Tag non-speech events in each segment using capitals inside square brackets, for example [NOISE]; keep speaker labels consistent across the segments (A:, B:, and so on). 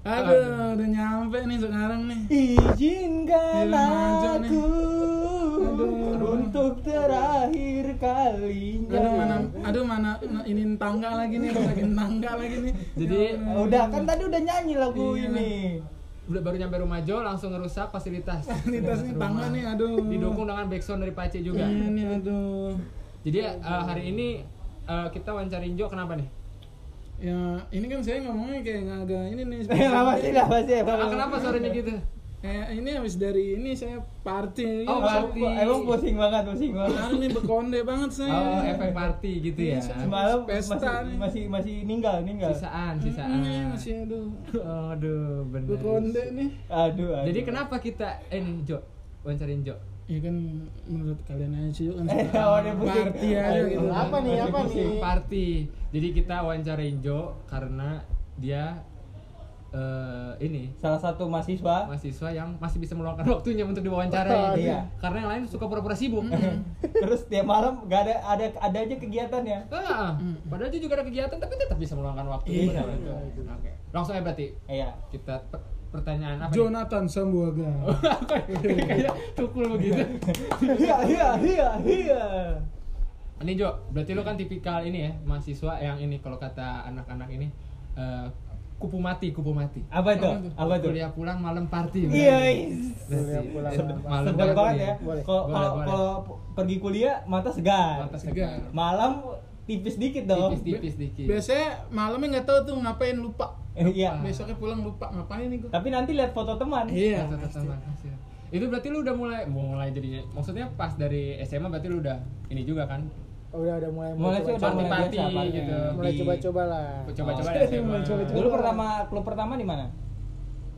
A: Aduh, udah nyampe nih sekarang nih.
B: Izinkan
A: Film aja nih.
B: aku
A: Aduh.
B: untuk terakhir kalinya.
A: Aduh mana, aduh mana na- ini tangga lagi nih, rusakin tangga lagi nih. Ya
C: Jadi,
B: Ah, Udah kan tadi udah nyanyi lagu
A: Iya.
B: ini.
C: udah baru nyampe rumah Jo langsung ngerusak fasilitas
A: fasilitas nih
C: Rumah.
A: tangga nih, aduh.
C: didukung dengan backsound dari Pace juga
A: Iya nih, aduh.
C: jadi eh, hari ini eh, kita wawancarin Jo kenapa nih
A: Ya, ini kan saya ngomongnya kayak nggak agak ini nih.
B: Kenapa Eh, sih? Kenapa sih?
C: Ah, kenapa suaranya gitu
A: Eh, ini habis dari ini saya party.
C: Oh,
A: Saya-
C: party.
B: Emang pusing banget, pusing banget.
A: Sekarang nih bekonde banget saya.
C: oh efek party gitu ya
B: Semalam
A: Pesta
B: masih,
A: nih.
B: masih masih ninggal, ninggal.
C: sisaan
A: Mm, iya,
C: sisaan
A: masih aduh.
C: aduh bener
A: Bekonde nih.
B: Aduh, aduh.
C: jadi kenapa kita eh nih Jo wawancarin Jo
A: Ya kan menurut kalian aja sih kan
B: Eh,
A: suka
B: awalnya pusing.
A: party aja
B: Aduh,
A: gitu.
B: Apa nih,
C: Masih
B: apa
C: pusing
B: nih?
C: Party. Jadi kita wawancarain Jo karena dia eh ini
B: Salah satu mahasiswa
C: mahasiswa yang masih bisa meluangkan waktunya untuk diwawancarai.
B: Oh, iya.
C: Karena yang lain suka pura-pura sibuk.
B: [LAUGHS] terus tiap malam gak ada ada ada aja kegiatannya.
C: Ah, padahal dia juga ada kegiatan tapi tetap bisa meluangkan waktu.
B: Iya.
C: buat wawancara. Oke. Langsung aja berarti
B: Iya. [LAUGHS]
C: kita per- pertanyaan apa? nih?
A: Jonathan Sambuaga.
C: Kayak tukul begitu.
B: Iya, iya, iya, iya.
C: Ini Jo, berarti lo kan tipikal ini ya, mahasiswa yang ini kalau kata anak-anak ini eh, kupu mati, kupu mati.
B: Apa itu? Apa itu?
C: Kuliah pulang malam party.
B: Iya.
C: Kuliah
D: pulang malam
C: malam
B: Sedap banget ya.
D: Boleh.
B: Kalau
C: Boleh,
B: kalau
C: boleh.
B: kalau pergi kuliah mata segar.
C: Mata segar.
B: Malam tipis dikit dong.
C: Tipis-tipis dikit.
A: Biasanya malamnya nggak tahu tuh ngapain lupa.
B: Eh, [LAUGHS] Iya.
A: Besoknya pulang lupa ngapain nih gua.
B: Tapi nanti lihat foto teman.
A: Iya.
C: Mata tertaman, hasil. Itu berarti lu udah mulai mulai jadinya. Maksudnya pas dari SMA berarti lu udah ini juga kan.
D: udah udah mulai
B: Mulai sih udah mulai
C: Party-party
B: biasa, party.
C: gitu.
D: mulai
C: di-
D: coba-coba lah
C: Coba-coba
B: Oh.
C: ya SMA.
A: Mulai coba-coba.
B: Dulu pertama klub pertama di mana?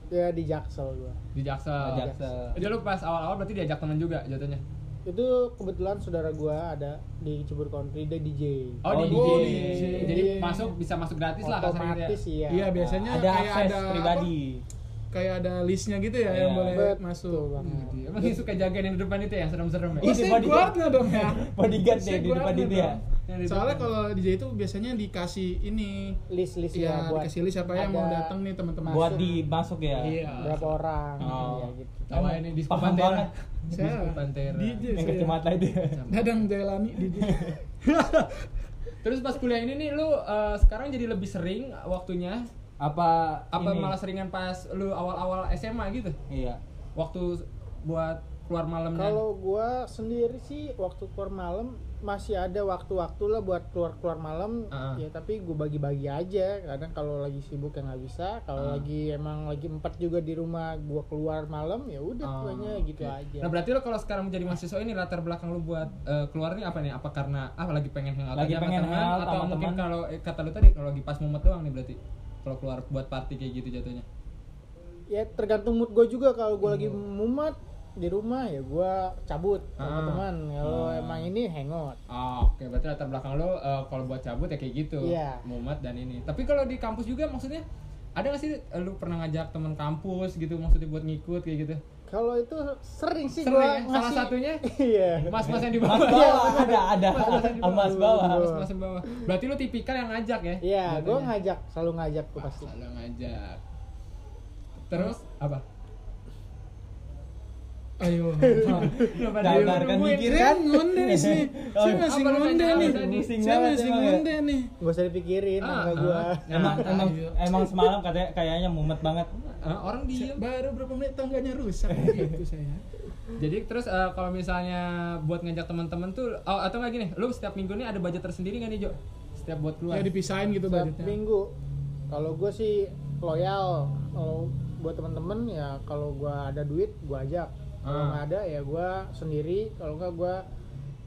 D: ya di Jaksel gua
C: Di Jaksel.
B: Jaksel.
C: Itu lu pas awal-awal berarti diajak teman juga jatuhnya.
D: itu kebetulan saudara gua ada di Cibur Country dia DJ
C: Oh, di
A: Oh,
C: DJ.
A: DJ.
C: Jadi masuk bisa masuk gratis lah kasarnya.
D: otomatis
C: gitu ya.
D: iya
A: Iya biasanya
B: ada
A: kayak
B: akses
A: ada
B: pribadi.
A: apa, kayak ada listnya gitu ya yang
B: Iya.
A: boleh
D: Bet- betul
A: masuk. Hmm,
D: banget.
C: Iya, Emang sih suka jagain yang di depan itu ya, serem-serem ya?
A: Oh,
B: Ih,
A: saya
B: bodyguard.
A: guardnya dong ya.
B: Bodyguard deh
A: Saya
B: di depan
A: guardnya
B: itu ya.
A: dong. Soalnya kalau DJ itu biasanya dikasih ini
D: list list
A: ya
D: buat
A: dikasih list siapa yang mau
D: ada
A: datang nih teman-teman.
B: Buat
D: Masuk.
B: di masuk ya.
A: Iya.
D: berapa orang
B: Oh.
D: ya gitu
C: Sama ini di
B: Paham banget.
C: Pantera. Di
A: Saya
C: Pantera.
A: DJ
B: Yang
A: saya.
B: kacamata itu. ya.
A: iya. Dadang Jailani DJ.
C: Terus pas kuliah ini nih lu eh, sekarang jadi lebih sering waktunya
B: Apa
C: apa
B: ini?
C: malah seringan pas lu awal-awal SMA gitu?
B: Iya.
C: Waktu buat keluar malamnya.
D: Kalau gua sendiri sih waktu keluar malam masih ada waktu-waktu lah buat keluar-keluar malam
C: Ah.
D: ya tapi gua bagi-bagi aja kadang kalau lagi sibuk ya nggak bisa kalau
C: Ah.
D: lagi emang lagi empat juga di rumah gua keluar malam ya udah
C: Oh,
D: pokoknya
C: oke.
D: gitu aja
C: Nah, berarti lo kalau sekarang menjadi mahasiswa ini latar belakang lu buat eh, keluar nih apa nih? Apa karena ah lagi pengen hangout
B: Lagi
C: aja
B: pengen
C: sama teman
B: hangout
C: atau
B: sama
C: mungkin
B: teman.
C: kalau eh, kata lu tadi kalau lagi pas mumet doang nih berarti kalau keluar buat party kayak gitu jatuhnya.
D: ya tergantung mood gua juga kalau gua lagi
C: Hmm.
D: mumet di rumah ya gua cabut
C: Ah.
D: sama teman kalau emang ini hangout
C: Oh, oke berarti latar belakang lo eh, kalau buat cabut ya kayak gitu
D: Iya.
C: mumet dan ini tapi kalau di kampus juga maksudnya ada gak sih eh, lu pernah ngajak temen kampus gitu maksudnya buat ngikut kayak gitu
D: kalau itu sering sih
C: Sering ya?
D: gua
C: Salah satunya?
D: [LAUGHS] iya
C: mas mas yang di
B: Mas
C: bawah
B: bawah ada ada. Mas bawah.
C: mas mas yang bawah berarti lu tipikal yang ngajak ya
D: iya gua
C: jatuhnya?
D: ngajak selalu ngajak tuh pasti
C: Masa lu ngajak terus apa
A: Ayo.
B: Gambarkan kan. Oh,
A: Nungguin.
B: pikiran.
A: Saya ngonde nih
B: [LAUGHS]
A: sih. Saya masih
C: Apa lu
A: ngonde
C: tanya
A: nih.
C: apa tadi?
A: Saya masih ngonde nih.
D: Gak usah dipikirin
C: Ah,
D: angka
C: ah.
D: gua
B: Emang
C: Nah,
B: emang
A: ayo.
B: emang semalam katanya kayaknya mumet banget.
C: Eh, orang
A: Saya-
C: diem
A: Baru berapa menit tangganya rusak gitu saya.
C: Jadi terus eh, kalau misalnya buat ngajak teman-teman tuh oh, atau nggak gini, lu setiap minggu nih ada budget tersendiri nggak nih Jo? Setiap buat
A: Ya
C: keluar.
A: dipisahin gitu
D: Setiap
A: budgetnya.
D: minggu kalau gue sih loyal kalau buat temen-temen ya kalau gua ada duit gua ajak kalau
C: Ah.
D: nggak ada ya gua sendiri kalau nggak gua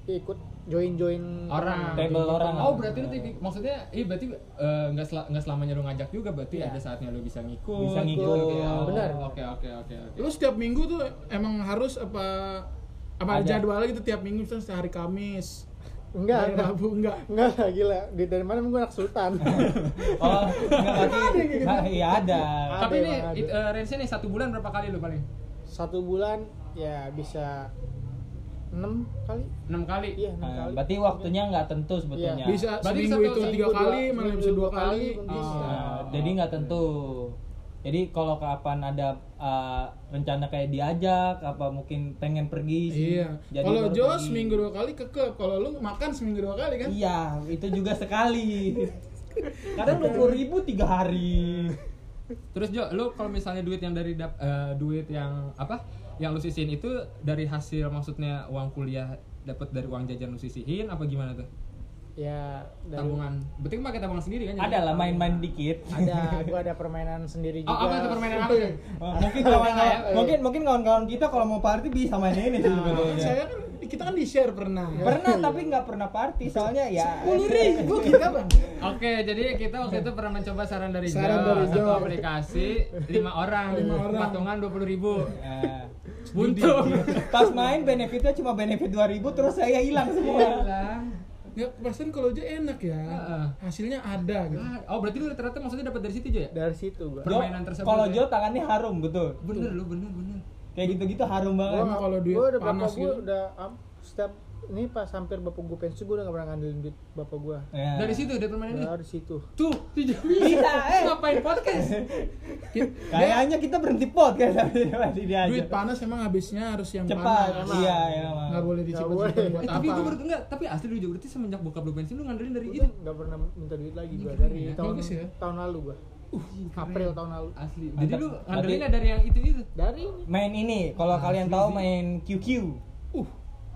D: ikut join join
C: orang
B: Table orang.
C: Oh, berarti lu tipik maksudnya eh berarti eh, nggak sel- nggak selamanya lu ngajak juga berarti
D: Iya.
C: ada saatnya lu bisa ngikut.
B: Bisa ngikut.
C: Oke, oh,
D: Benar.
C: Oke, oke, oke, oke.
A: Lu setiap minggu tuh emang harus apa apa ada
B: Ada.
A: jadwalnya gitu tiap minggu terus hari Kamis.
D: enggak
A: hari
D: enggak
A: Rabu enggak.
D: enggak gila Duit dari mana emang gua
C: [LAUGHS]
D: anak sultan
A: [LAUGHS]
B: Oh, enggak lagi.
A: gitu?
B: Nah, iya ada.
D: Ah.
C: Tapi
D: Ada
C: nih
D: emang
C: it,
D: ada.
C: eh, range-nya nih satu bulan berapa kali lu paling?
D: satu bulan ya bisa enam kali
C: 6 kali.
D: iya enam
B: Ah,
D: kali
B: Berarti waktunya nggak tentu sebetulnya.
A: gitu? Iya.
B: Nah,
A: Bisa
C: Berarti
A: seminggu
C: satu-
A: itu tiga
D: seminggu dua-
A: kali, Oh. malah bisa
D: seminggu
A: dua
D: dua kali
A: kali.
D: pun
A: Ah.
D: bisa.
B: Nah, jadi nggak tentu. Jadi kalau kapan ada uh, rencana kayak diajak apa mungkin pengen pergi sih.
A: Iya.
B: Jadi
A: Kalau
B: baru
A: Jos
B: pergi.
A: minggu dua kali ke klub, kalau lu makan seminggu dua kali kan?
B: Iya, itu juga
A: [LAUGHS]
B: sekali. Kadang 20.000 ribu tiga hari.
C: Terus Jo, lu kalau misalnya duit yang dari dap- eh, duit yang apa? Yang lu sisihin itu dari hasil maksudnya uang kuliah dapat dari uang jajan lu sisihin apa gimana tuh?
D: ya dari-
C: Tabungan. Berarti pakai tabungan sendiri kan?
B: Ada lah main-main
A: [LAUGHS]
B: dikit.
D: ada gua ada permainan sendiri
C: Oh,
D: juga
C: apa tuh permainan apa? tuh?
B: mungkin
A: Iya.
B: kawan-kawan mungkin mungkin kawan-kawan kita kalau mau party bisa main ini sih
A: Kan
B: sebetulnya.
A: Saya kan kita kan di share pernah.
B: Iya. Pernah tapi nggak pernah party soalnya ya.
A: Sepuluh
B: [LAUGHS]
A: ribu kita bang.
C: Oke, jadi kita waktu itu pernah mencoba saran dari Jo.
A: Saran dari Jo.
C: Satu aplikasi, lima orang,
A: Lima orang.
C: patungan dua puluh ribu.
B: Eh,
C: Buntung.
B: Pas main benefitnya cuma benefit 2000 terus saya hilang
C: Iya.
B: semua.
C: Gila.
A: Ya perasaan kalau aja enak ya.
C: Heeh.
A: Hasilnya ada gitu.
C: Ah, Oh, berarti lu ternyata maksudnya dapat dari situ Jo ya?
D: dari situ gua
B: Jo,
C: Permainan tersebut
B: kalau
C: ya.
B: Jo tangannya harum betul.
C: Bener lu, bener bener.
B: Kayak gitu-gitu harum
A: Emang
D: gua
C: Oh.
B: banget.
D: nggak-
A: kalau duit
D: gua udah
A: panas
D: bapak gua
A: gitu?
D: udah am- setiap ini pas hampir bapak gua pensiun gua udah gak pernah ngandelin duit bapak gua
B: Ya.
C: Dari situ dari permainan
A: Nah.
C: ini.
D: dari situ
C: Tuh, tidak bisa.
A: eh.
C: Ngapain podcast?
B: Kayaknya kita berhenti pot kan tadi dia aja.
A: Duit panas emang habisnya harus yang
B: Cepat.
A: panas.
C: ya,
B: Iya, iya. Bang.
A: Nggak boleh disimpan-simpan
D: boleh.
A: buat
C: Eh, tapi
A: apa?
C: gue baru enggak, tapi asli lu juga berarti semenjak bokap lu pensiun lu ngandelin dari
D: Gua
C: itu.
D: nggak pernah minta duit lagi gua
C: Ini keren
D: dari
C: ya.
D: tahun
A: Bagus ya.
D: tahun lalu gua April tahun lalu
C: Asli. Jadi
B: Mantap.
C: lu ngandelinnya
B: Berarti-
C: dari yang itu-itu.
D: dari ini
B: Main ini,
C: Ah,
B: kalau kalian tahu main QQ.
A: Uh,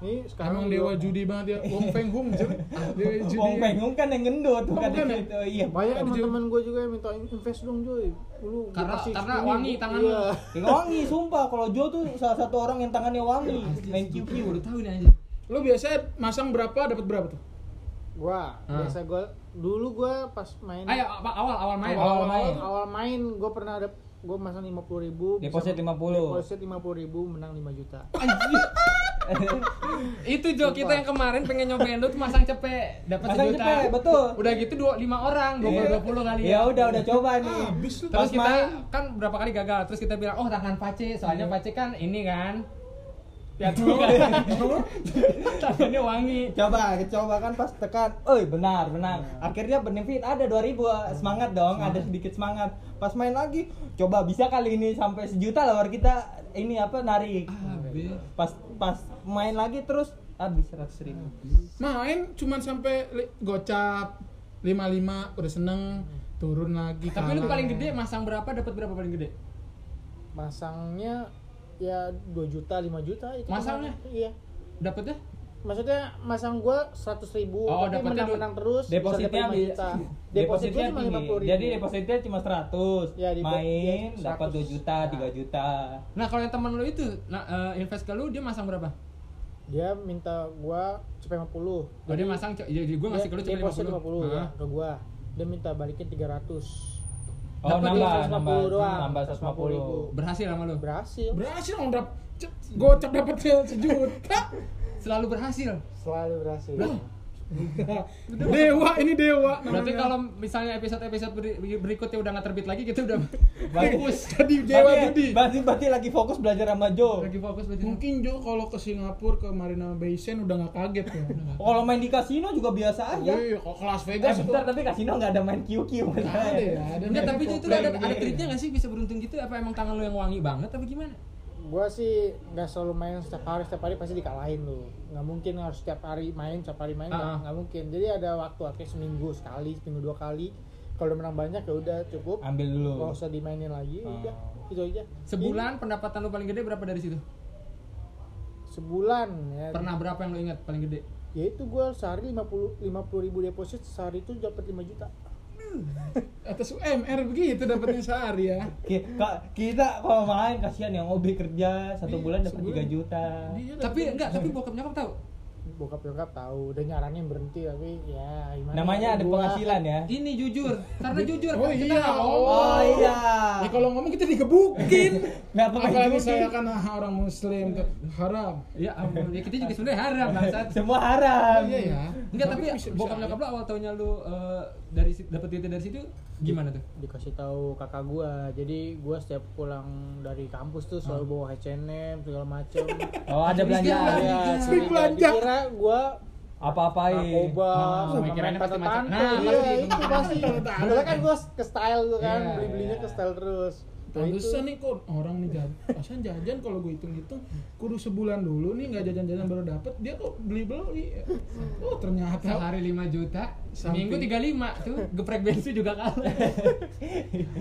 D: ini
A: emang
D: sekarang
A: dewa
D: juga-
A: judi banget ya. Wong Feng Hung cuy. Dewa
C: Iya,
A: judi.
B: Wong Pengung kan yang gendut
A: Oh,
B: bukan
A: bukan
B: yang
A: ya?
B: itu. Iya.
D: banyak
A: Ada
D: emang
A: juga.
D: teman gue juga yang minta invest dong Joy lu gua
C: Karena-
D: kasih
C: karena
D: 10.000.
C: wangi tangan
D: iya.
C: lu.
B: Kayak wangi sumpah kalau Jo tuh salah satu orang yang tangannya
C: Iya,
B: wangi main QQ.
C: Gue baru tahu nih aja.
A: Lu biasanya masang berapa dapat berapa tuh?
D: gua
C: Ah.
D: biasa gua dulu gua pas main
C: Ayo apa awal awal main.
B: Awal main.
D: awal main gua pernah ada gua masang lima puluh ribu
B: Deposit 50.
D: deposit lima puluh ribu menang 5 juta
C: Anjir. itu Jo kita yang kemarin pengen nyobain lu tuh masang cepek dapat
B: Masang
C: sejuta.
B: cepek, betul.
C: Udah gitu dua lima orang, dua puluh dua puluh kali
B: Iya. Ya udah udah coba nih.
A: Habis lu.
C: Terus
B: Pas
C: kita
B: main. Iya.
C: kan berapa kali gagal, terus kita bilang, oh tangan pace, soalnya pace kan
B: [LAUGHS]
C: ini kan
B: Ya
C: [LAUGHS] tangannya wangi
B: coba coba kan pas tekan oi benar benar akhirnya benefit ada 2000 semangat dong ada sedikit semangat pas main lagi coba bisa kali ini sampai sejuta lah war kita ini apa narik
C: Habis.
B: pas pas main lagi terus habis 100 ribu
A: Main cuman sampai li- gocap 55 udah seneng turun lagi
C: Tapi lu
A: kalah.
C: paling gede masang berapa dapat berapa paling gede?
D: masangnya ya 2 juta 5 juta itu
C: Masangnya?
D: iya
C: Dapatnya?
D: maksudnya masang gua 100.000 ribu
C: Oh,
D: tapi
C: dapetnya
D: menang menang terus bisa
B: depositnya
D: dapat 5
B: habis
C: [LAUGHS]
D: juta deposit gua
B: depositnya
D: cuma
B: tinggi
D: 50.000.
B: jadi depositnya cuma 100
D: Ya, di-
B: main
D: di-
B: dapat 2
D: 100.
B: juta
D: Ya.
B: 3 juta
C: Nah, kalau yang teman lu itu nah, eh, invest ke lu dia masang berapa?
D: dia minta gua cepet 50
C: Oh, dia masang co- jadi gua ngasih ke lu
D: Dia
C: cuma
D: deposit
C: 50.
D: 50, ya,
C: Heeh.
D: ke gua dia minta balikin 300
B: oh
D: Dapat
B: nambah
D: 150
B: nambah
D: doang.
B: nambah
D: 150.
B: 150
C: Berhasil sama lu.
D: berhasil
A: berhasil dong dap cep- gocap dapatnya [LAUGHS] sejuta.
C: Selalu berhasil.
D: selalu berhasil
A: dewa ini dewa.
C: gitu Berarti
A: namanya.
C: kalau misalnya episode-episode beri- berikutnya udah nggak terbit lagi
A: [LAUGHS]
C: kita udah
B: bagus
A: Eh, jadi dewa judi.
B: berarti, berarti berarti lagi fokus belajar sama Jo
C: lagi fokus berarti.
A: Mungkin Jo kalau ke Singapura ke Marina Bay Sands udah nggak kaget ya.
B: kalau main di kasino juga biasa aja
C: Ya.
A: Wih, kalau ke Las
B: Eh
A: Vegas itu
B: bentar tapi kasino nggak ada main QQ
A: ada ya. Ada iya.
C: Enggak, tapi itu
A: main
C: ada ada
A: poker.
C: triknya nggak sih bisa beruntung gitu? Apa emang tangan lu yang wangi banget apa gimana?
D: gua sih nggak selalu main setiap hari setiap hari pasti dikalahin lu nggak mungkin harus setiap hari main setiap hari main nggak
C: Ah.
D: nggak mungkin jadi ada waktu akhirnya seminggu sekali seminggu dua kali kalau udah menang banyak ya udah cukup
B: Ambil dulu.
D: nggak usah dimainin lagi ya
B: Ah.
D: udah itu aja
C: Oh. Sebulan pendapatan lu paling gede berapa dari situ?
D: Ini sebulan ya
C: Pernah berapa yang lu ingat paling gede?
D: ya itu gua sehari 50 50 ribu deposit sehari itu dapat 5 juta
A: atas UMR begitu dapatnya sehari ya.
C: Iya.
B: Ki- ka- kita kalau main kasihan yang OB kerja satu
A: Iya,
B: bulan dapat
A: sebulan. Iya.
B: 3 juta
A: Dia dapet-
C: Tapi enggak, tapi bokap nyokap tahu.
D: bokap nyokap tahu udah nyaranin berhenti tapi ya gimana
B: namanya ada
D: Gua-
B: penghasilan ya
A: Iya.
C: Ini jujur, karena jujur
A: Oh
C: kan kita
A: iya,
C: nggak
A: oh.
C: ngomong.
B: oh iya
A: Ya kalau ngomong kita [LAUGHS] digebukin.
B: nggak
A: Apalagi saya kan orang muslim tuh haram.
C: Ya ampun, ya kita juga sebenarnya haram bangsat.
B: semua haram
A: Iya ya.
C: Enggak, tapi
A: bisa- bisa
C: bokap
A: aja.
C: nyokap lu awal taunya lu eh, dari si- dapet duitnya dari situ gimana tuh?
D: dikasih tahu kakak gua jadi gua setiap pulang dari kampus tuh selalu
C: Ah.
D: bawa H&M segala
C: [LAUGHS]
D: macem
B: oh ada belanjaan
C: Iya.
D: ya
A: Sering belanja.
D: dikira gua
B: apa-apain
D: narkoba
C: Ah,
D: sama main
C: mikirannya pasti macam-
D: tante-tante
C: nah,
D: iya
C: pasti [LAUGHS]
D: itu pasti
A: Tante-tante.
D: Padahal kan gua ke style gua kan
C: Iya,
D: beli-belinya ke style terus Nah, itu-
A: Pantesan nih kok orang nih jajan, pasan jajan kalau gue hitung-hitung kudu sebulan dulu nih nggak jajan-jajan baru dapet dia kok beli-beli. Oh ternyata
C: Sehari 5 juta,
A: Samping.
C: seminggu 35 tuh geprek bensu juga kalah. [LAUGHS]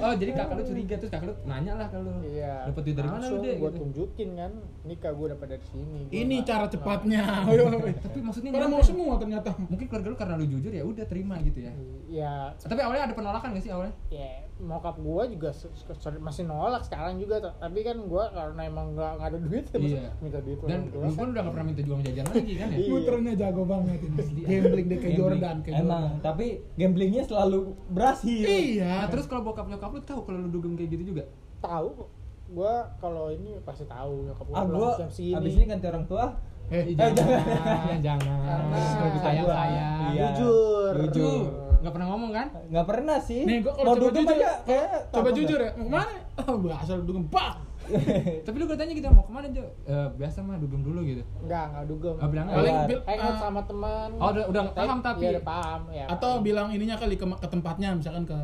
C: oh, jadi kakak lu curiga terus kakak lu nanya lah kalau
D: Iya.
C: dapat duit dari mana lu
D: Langsung
C: deh
D: Gua
C: gitu.
D: tunjukin kan, nikah gua dapat dari sini. Gua
A: ini
D: nggak-
A: cara
C: [LAUGHS]
D: nggak-
A: cepatnya. Woi, woi, woi.
C: Tapi maksudnya
A: Karena mau
C: gimana?
A: semua ternyata.
C: mungkin keluarga lu karena lu jujur ya udah terima gitu ya.
D: Ya,
C: Tapi awalnya ada penolakan gak sih awalnya?
D: ya mokap gua juga se- se- se- masih nolak sekarang juga tuh. tapi kan gua karena emang nggak nggak ada duit ya masa
C: Iya.
D: minta duit orang
C: Dan
D: tua
C: lu pun udah gak pernah minta uang jajan lagi kan [LAUGHS] ya?
D: Iya.
A: Muternya jago banget ini. Gambling deh kayak
C: Gambling.
A: Jordan kayak Jordan.
B: Emang, tapi gamblingnya selalu berhasil.
A: Iya.
C: Nah, terus kalau bokap nyokap lu tahu kalau lu dugem kayak gitu juga?
D: tahu kok. gua kalau ini pasti tahu nyokap gua
B: Ah,
D: pulang
B: gua
D: jam segini
B: abis ini ganti orang tua.
A: eh
C: Ih,
B: jangan.
C: jangan, jangan.
D: Karena-
C: Lebih sayang sayang.
B: Iya.
D: jujur
C: Jujur, nggak pernah ngomong kan?
B: Nggak pernah sih.
A: Nih gua kalau
B: Mau
A: coba
B: dugem
A: jujur,
B: aja, kayak
A: coba
B: takut
A: jujur
B: nggak?
A: ya. Mau kemana? Oh, gua asal dugem bang.
C: [LAUGHS] Tapi lu gue tanya gitu mau kemana Jo? Eh, biasa mah dugem dulu gitu.
D: nggak nggak dugem
C: Ah, bilang
A: Paling
B: Keluar.
A: bil-
D: hangout
A: eh,
D: sama teman
C: Oh, udah- udah paham tapi.
D: ya, udah paham ya
A: atau bilang ininya kali ke, ke tempatnya misalkan ke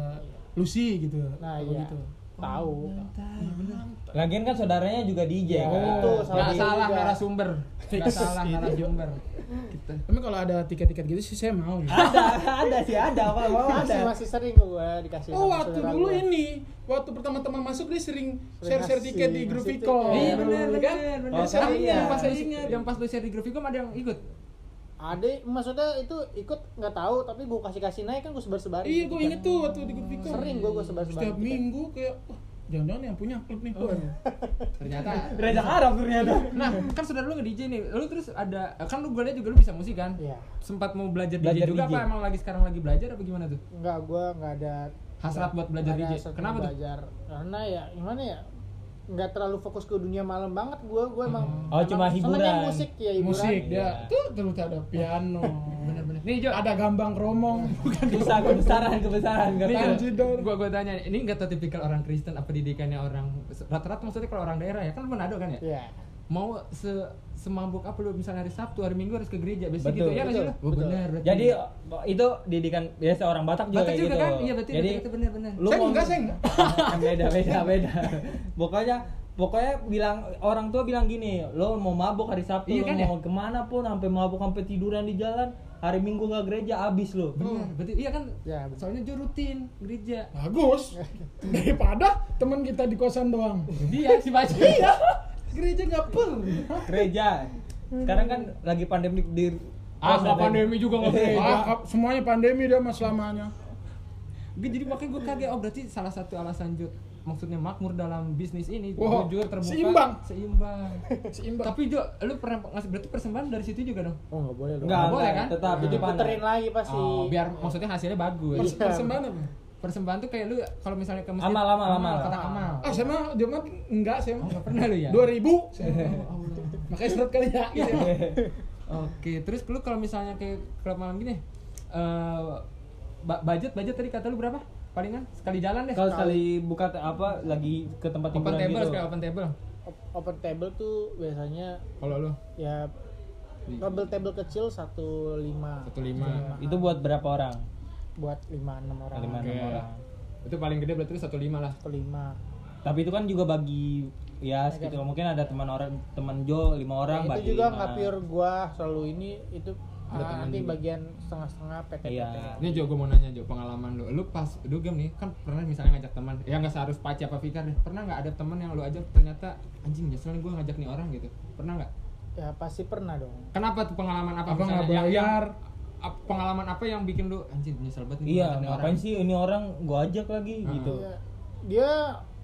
A: Lucy gitu
D: nah
A: Kalau
D: iya
A: gitu
D: tahu
B: Lagian kan saudaranya juga DJ.
D: Iya,
B: kan?
D: itu salah
C: Nggak
D: dia
C: salah
D: juga.
C: narasumber. Nggak salah narasumber. Gitu. Kita.
A: tapi kalau ada tiket-tiket gitu sih saya mau ya
B: Ada, ada sih, ada apa mau
D: masih
B: ada.
D: masih sering kok gua dikasih
A: [LAUGHS] oh
D: sama
A: waktu
D: saudara
A: dulu
D: gua.
A: ini waktu pertama-tama masuk dia sering share-share
D: ngasih,
A: tiket di
D: ngasih
A: grup
D: tiket.
A: Iko
D: Iya,
C: Iya benar
A: Dulu,
C: benar
A: kan?
C: benar.
B: Oh,
C: Sekarang
B: iya.
C: yang pas saya ingat, yang pas lu share di grafik ada yang ikut.
D: ada maksudnya itu ikut nggak tahu tapi gua kasih kasih naik kan gua sebar sebarin
A: iya gue inget tuh waktu di grup Iko
D: sering gua gitu kan. gua sebar sebarin
A: setiap minggu kayak wah jangan-jangan yang punya klub nih gua
C: Ternyata
B: Reza Arab ternyata.
C: Nah, kan saudara lu nge-DJ nih. Lu terus ada kan lu gue liat juga lu bisa musik kan?
D: Iya.
C: Sempat mau belajar,
B: Belajar
C: DJ juga
B: DJ.
C: apa emang lagi sekarang lagi belajar apa gimana tuh?
D: Enggak, gua nggak ada
C: Hasrat buat belajar
D: nggak ada
C: DJ.
D: hasrat buat
C: Kenapa tuh?
D: belajar. Karena ya gimana ya? nggak terlalu fokus ke dunia malam banget gua gua emang
C: Hmm.
B: Oh, cuma
D: emang
B: hiburan.
D: senengnya musik ya hiburan
A: [LAUGHS] musik dia
B: Iya.
A: tuh terus ada piano
C: Bener-bener. Nih, Jo.
A: ada gambang kromong bukan
B: Bisa kebesaran, kebesaran, nggak
C: Nih,
B: tahu.
A: Tanji dong.
C: gua gua tanya, ini enggak tau tipikal orang Kristen apa didikannya orang rata-rata maksudnya kalau orang daerah ya kan lu Manado kan ya?
D: Iya.
C: Mau se semabuk apa lu misalnya hari Sabtu, hari Minggu harus ke gereja, biasanya
B: Betul,
C: gitu ya nggak sih?
D: betul,
C: lu? Oh,
D: betul.
C: benar, berarti.
B: Jadi itu didikan biasa orang Batak juga
C: Batak
B: kayak
C: juga
B: gitu.
C: kan? Iya, berarti
B: Jadi
C: berarti itu benar-benar.
B: lu
A: Saya
B: mau-
A: enggak,
B: [LAUGHS]
A: saya enggak.
B: Ah, beda beda beda. pokoknya pokoknya bilang orang tua bilang gini, lo mau mabuk hari Sabtu, lo
C: Iya kan ya?
B: mau kemana pun, sampai mabuk sampai tiduran di jalan, hari Minggu nggak gereja abis lo.
C: Benar, berarti iya kan?
D: Ya, benar.
C: Soalnya Jo rutin gereja.
A: bagus daripada teman kita di kosan doang
C: Dia si Baca.
A: gereja nggak perlu
B: Gereja.
D: Hmm.
B: Sekarang kan lagi pandemi di
C: Ah, nggak pandemi juga nggak gereja.
A: Ah, ap- semuanya pandemi dia mas selamanya.
C: Gue jadi makanya gue kaget oh berarti salah satu alasan Jod maksudnya makmur dalam bisnis ini
A: Wow,
C: jujur terbuka
A: seimbang.
C: seimbang.
A: Seimbang.
C: Tapi Jo, lu pernah ngasih berarti persembahan dari situ juga dong.
D: Oh, enggak boleh dong.
B: Enggak,
C: Boleh
B: boleh
C: kan?
B: kan? Tetap
D: Jadi
B: itu pandai.
D: puterin lagi pasti.
C: Oh, biar maksudnya hasilnya bagus.
A: Mas- Persembahan apa?
C: Persembahan tuh kayak lu kalau misalnya ke masjid
B: Amal, amal, amal.
C: kotak amal.
A: Ah, saya mah dia mah enggak saya
C: Oh,
A: mah.
C: nggak pernah lu
B: Iya.
C: ya?
A: 2000. saya mah. Makanya seret kali ya gitu.
C: Oke, terus lu kalau misalnya kayak klub malam gini eh ba- budget budget tadi kata lu berapa? Palingan sekali jalan deh.
B: Kalau sekali buka te- apa lagi ke tempat
C: open
B: hiburan
C: table,
B: gitu.
C: sekali open table.
D: Op- Open table tuh biasanya
C: Kalau lu
D: ya
C: Iya.
D: double table kecil 15
C: 15.
B: Itu buat berapa orang?
D: buat 5 6 orang.
B: Lima, enam
C: Oke.
B: orang.
C: Itu paling gede berarti lu 15 lah.
D: Ke lima.
B: Tapi itu kan juga bagi ya segitu mungkin ada teman orang teman Jo lima orang
D: Nah,
B: bagi iya,
D: itu juga
B: lima.
D: nggak pure gua selalu ini itu
C: Ada
D: ah,
C: teman
D: nanti
C: juga.
D: bagian setengah-setengah PT
B: Iya.
C: Ini Jo, gue mau nanya Jo, pengalaman lu. Lu pas dugem nih, kan pernah misalnya ngajak teman, ya nggak seharus Paci apa Fikar deh. Pernah nggak ada teman yang lu ajak ternyata anjing nyesel nih gue ngajak nih orang gitu. Pernah nggak?
D: ya pasti pernah dong
C: Kenapa tuh pengalaman apa?
A: Apa
C: misalnya
A: nggak
C: yang-
A: bayar?
C: yang- ap- pengalaman apa yang bikin lu anjing nyesel banget nih gua
B: Iya,
C: ngajak nih
B: ngapain sih ini orang gua ajak lagi
C: Heeh.
B: gitu.
D: Ya, dia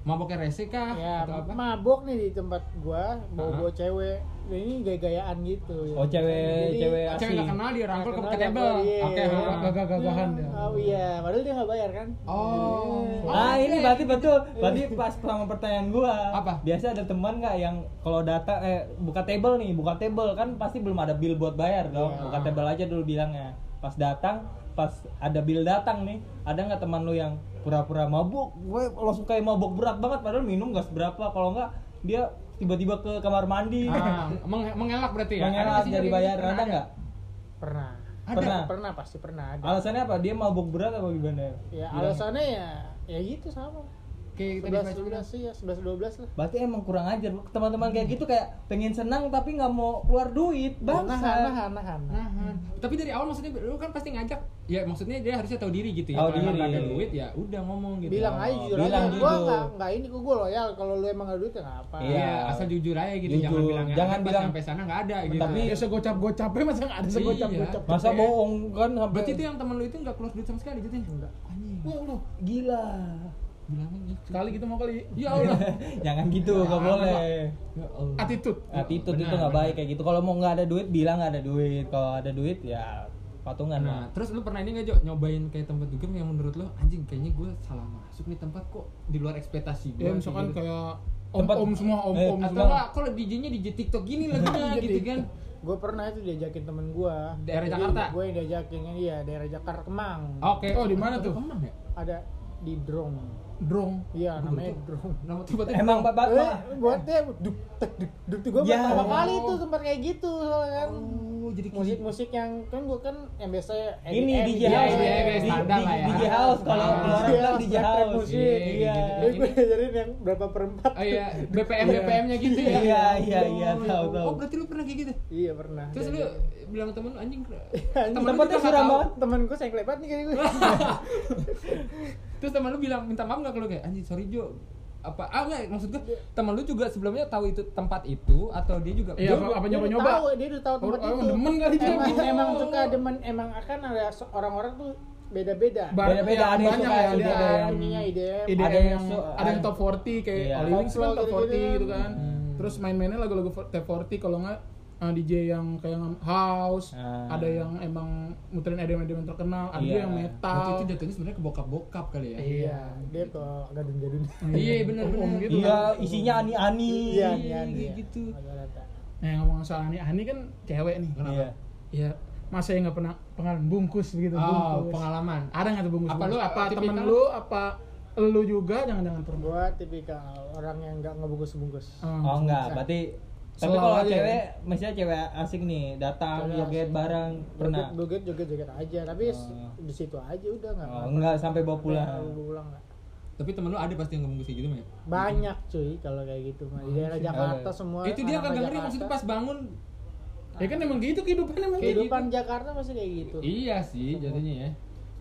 C: Maboknya rese
B: Iya,
C: kah
D: ya
C: Ah, atau apa?
D: mabok nih di tempat gua bawa bawa
C: Hah?
D: cewek Dan ini gaya-gayaan gitu ya.
B: Oh, cewek- cewek
D: ah,
B: Asik.
C: Cewek nggak kenal dia rangkul ke
D: Nggak
C: ke
D: kenal,
C: table.
D: iya.
C: Oke,
B: Ah.
C: ha.
A: Gagah-gagahan dia.
D: oh iya padahal dia nggak bayar kan Iya.
C: Oh.
B: Ah,
C: oke.
B: ini berarti betul. Berarti pas sama pertanyaan gua.
C: Apa?
B: Biasa ada teman nggak yang kalau data eh buka table nih, buka table kan pasti belum ada bill buat bayar dong.
D: Iya.
B: Buka table aja dulu bilangnya. Pas datang, pas ada bill datang nih, ada nggak teman lu yang pura-pura mabuk? Gue langsung kayak mabuk berat banget padahal minum nggak seberapa. Kalau nggak dia tiba-tiba ke kamar mandi.
C: Ah,
B: [LAUGHS]
C: meng- mengelak berarti ya? Ada nggak
B: Mengelak
C: sih
B: dari
C: kayak gitu?
B: bayar
C: Pernah
B: ada nggak?
D: pernah
B: Pernah.
D: pernah pasti pernah ada
C: Ya,
B: Alasannya apa? Dia mabuk berat apa gimana?
D: ya alasannya ya ya gitu sama
E: kayak tadi
D: 11
E: Fajrul bilang.
D: 12 ya, 11 12 lah.
B: Berarti emang kurang ajar Bu. teman-teman kayak gitu kayak pengen senang tapi nggak mau keluar duit
D: Nahan,
B: bangsa.
D: nahan, nahan.
E: Nahan.
C: tapi dari awal maksudnya lu kan pasti ngajak ya maksudnya dia harusnya tahu diri gitu ya
B: Tahu
C: kalau emang
B: diri.
C: nggak ada duit ya udah ngomong gitu
D: Bilang aja jujur
B: bilang
D: aja. Gua
B: jujur.
D: enggak enggak ini kok gua loyal kalau lu emang ada duit ya enggak apa.
C: Iya,
B: Iya.
C: asal jujur aja gitu,
B: Jujur.
C: jangan bilang
B: Jangan bilang-
C: sampai sana nggak ada gitu.
B: Tapi-
A: ya segocap gocapnya masa nggak ada segocap gocap
B: Iya. Masa bohong kan sampai
C: berarti itu yang temen lu itu nggak keluar duit sama sekali gitu ya? Enggak. Anjing.
B: gila.
C: Bilangin gitu.
A: sekali gitu mau kali
C: Ya Allah.
B: [LAUGHS] Jangan gitu, nggak boleh.
C: ya Allah.
A: attitude
B: Attitude itu
C: Benar,
B: nggak
C: benar.
B: baik kayak gitu. Kalau mau nggak ada duit bilang nggak ada duit. Kalau ada duit ya patungan
C: Nah,
B: lah.
C: terus lu pernah ini nggak Jo nyobain kayak tempat dugem yang menurut lu anjing kayaknya gue salah masuk nih tempat kok di luar ekspektasi
A: ya
C: gue.
A: misalkan kayak om
B: Iya, gitu. Tempat-
A: om semua om om
B: Eh,
C: atau
A: semua
C: enggak kok DJ-nya DJ TikTok gini lagi nah, gitu kan.
D: Gua pernah itu diajakin temen gua.
C: Daerah
D: Jadi,
C: Jakarta?
D: Gua yang diajakin iya, daerah Jakarta Kemang.
C: Ah, Oke.
A: Oh, di mana tuh?
C: Kemang ya?
D: Ada di drong.
A: drong
D: Iya,
C: Gua
D: namanya
C: baru
D: drong.
C: Nama tempatnya
B: Nah, Emang bapak
D: Eh, buatnya duk tek duk duk tuh gua
B: Ya.
D: pertama kali tuh tempat kayak gitu soalnya kan.
C: Oh, jadi musik
D: musik-musik yang kan gue kan yang biasa
B: ini
D: EDM,
B: DJ
D: gitu.
B: house,
C: iya, iya,
B: Di-
C: standar
B: di-
C: lah ya.
B: DJ house kalau
C: Ah,
B: keluar
D: iya,
B: bilang DJ
D: standar
B: house.
D: musik.
B: Iya.
D: [LAUGHS] Jadi gue diajarin yang berapa perempat
C: Oh iya, BPM BPM-nya gitu ya.
B: Iya, iya, iya, tahu, tahu.
C: Oh, berarti lu pernah kayak gitu.
D: Iya pernah.
C: Terus lu bilang ke temen lu anjing. temen lu
B: Tempatnya
C: juga nggak
B: suram
C: tahu.
B: banget.
D: temen gue saya kelebat nih kayak gue.
C: Terus teman lu bilang minta maaf nggak kalau kayak anjing sorry Jo apa ah enggak maksud gue teman lu juga sebelumnya tahu itu tempat itu atau dia juga
A: Iya,
C: Dia-
A: apa- apa
D: Dia
A: nyoba
D: udah
A: nyoba
D: Tahu, dia udah tahu tempat
A: Orang-
D: itu.
A: orang demen kali dia
D: emang,
A: gitu.
D: emang suka demen emang akan ada se- orang-orang tuh beda-beda.
B: Beda-beda, ada yang
A: banyak
B: suka
A: ya dia
B: IDM.
A: ada yang
D: ininya IDM.
A: IDM
B: Ada
A: ada
B: yang
A: yang
B: su-
A: ada yang top 40 kayak
B: Iya.
A: yeah. Oli Wings kan
D: Top
A: top 40 gitu kan
B: Hmm.
A: terus main-mainnya lagu-lagu fo- top 40 kalau nggak eh, DJ yang kayak house
B: Ah.
A: ada yang emang muterin EDM-EDM terkenal ada
B: Iya.
A: juga yang
C: waktu
A: metal
C: itu jatuhnya sebenarnya ke bokap-bokap kali ya
D: Iya, dia ke gadun-gadun.
C: iya bener-bener
A: Om-om gitu.
B: Iya, isinya ani-ani.
D: Iya, iya, iya.
C: gitu.
D: Rata-rata.
A: nah yang ngomong soal Ani Ani kan cewek nih
B: Iya.
A: ya masa yang nggak pernah pengalaman bungkus begitu
C: oh
A: bungkus.
C: pengalaman
A: ada nggak tuh bungkus
C: Apa lu-
A: apa
C: tipikal-
A: temen lu apa lu juga jangan-jangan pernah
D: Gua tipikal orang yang nggak ngebungkus-bungkus.
A: Hmm.
B: Oh enggak, berarti tapi
A: Selalu
B: kalau
A: aja.
B: cewek, misalnya cewek asing nih, datang
D: Cewek
B: joget
D: asing.
B: bareng pernah.
D: Joget, joget, joget aja. Tapi
B: Oh.
D: di situ aja udah nggak.
B: Oh, enggak sampai bawa pulang.
D: Nggak bawa pulang nggak.
C: tapi temen lu ada pasti yang ngebungkus kayak gitu ya
D: banyak cuy kalau kayak gitu mah di daerah Jakarta
B: Ada.
D: semua
C: itu dia
D: orang
C: kagak ngerti
D: Jakarta.
C: maksudnya pas bangun
A: ya kan emang gitu kehidupannya emang gitu
D: kehidupan Jakarta masih kayak gitu
C: iya sih jatuhnya ya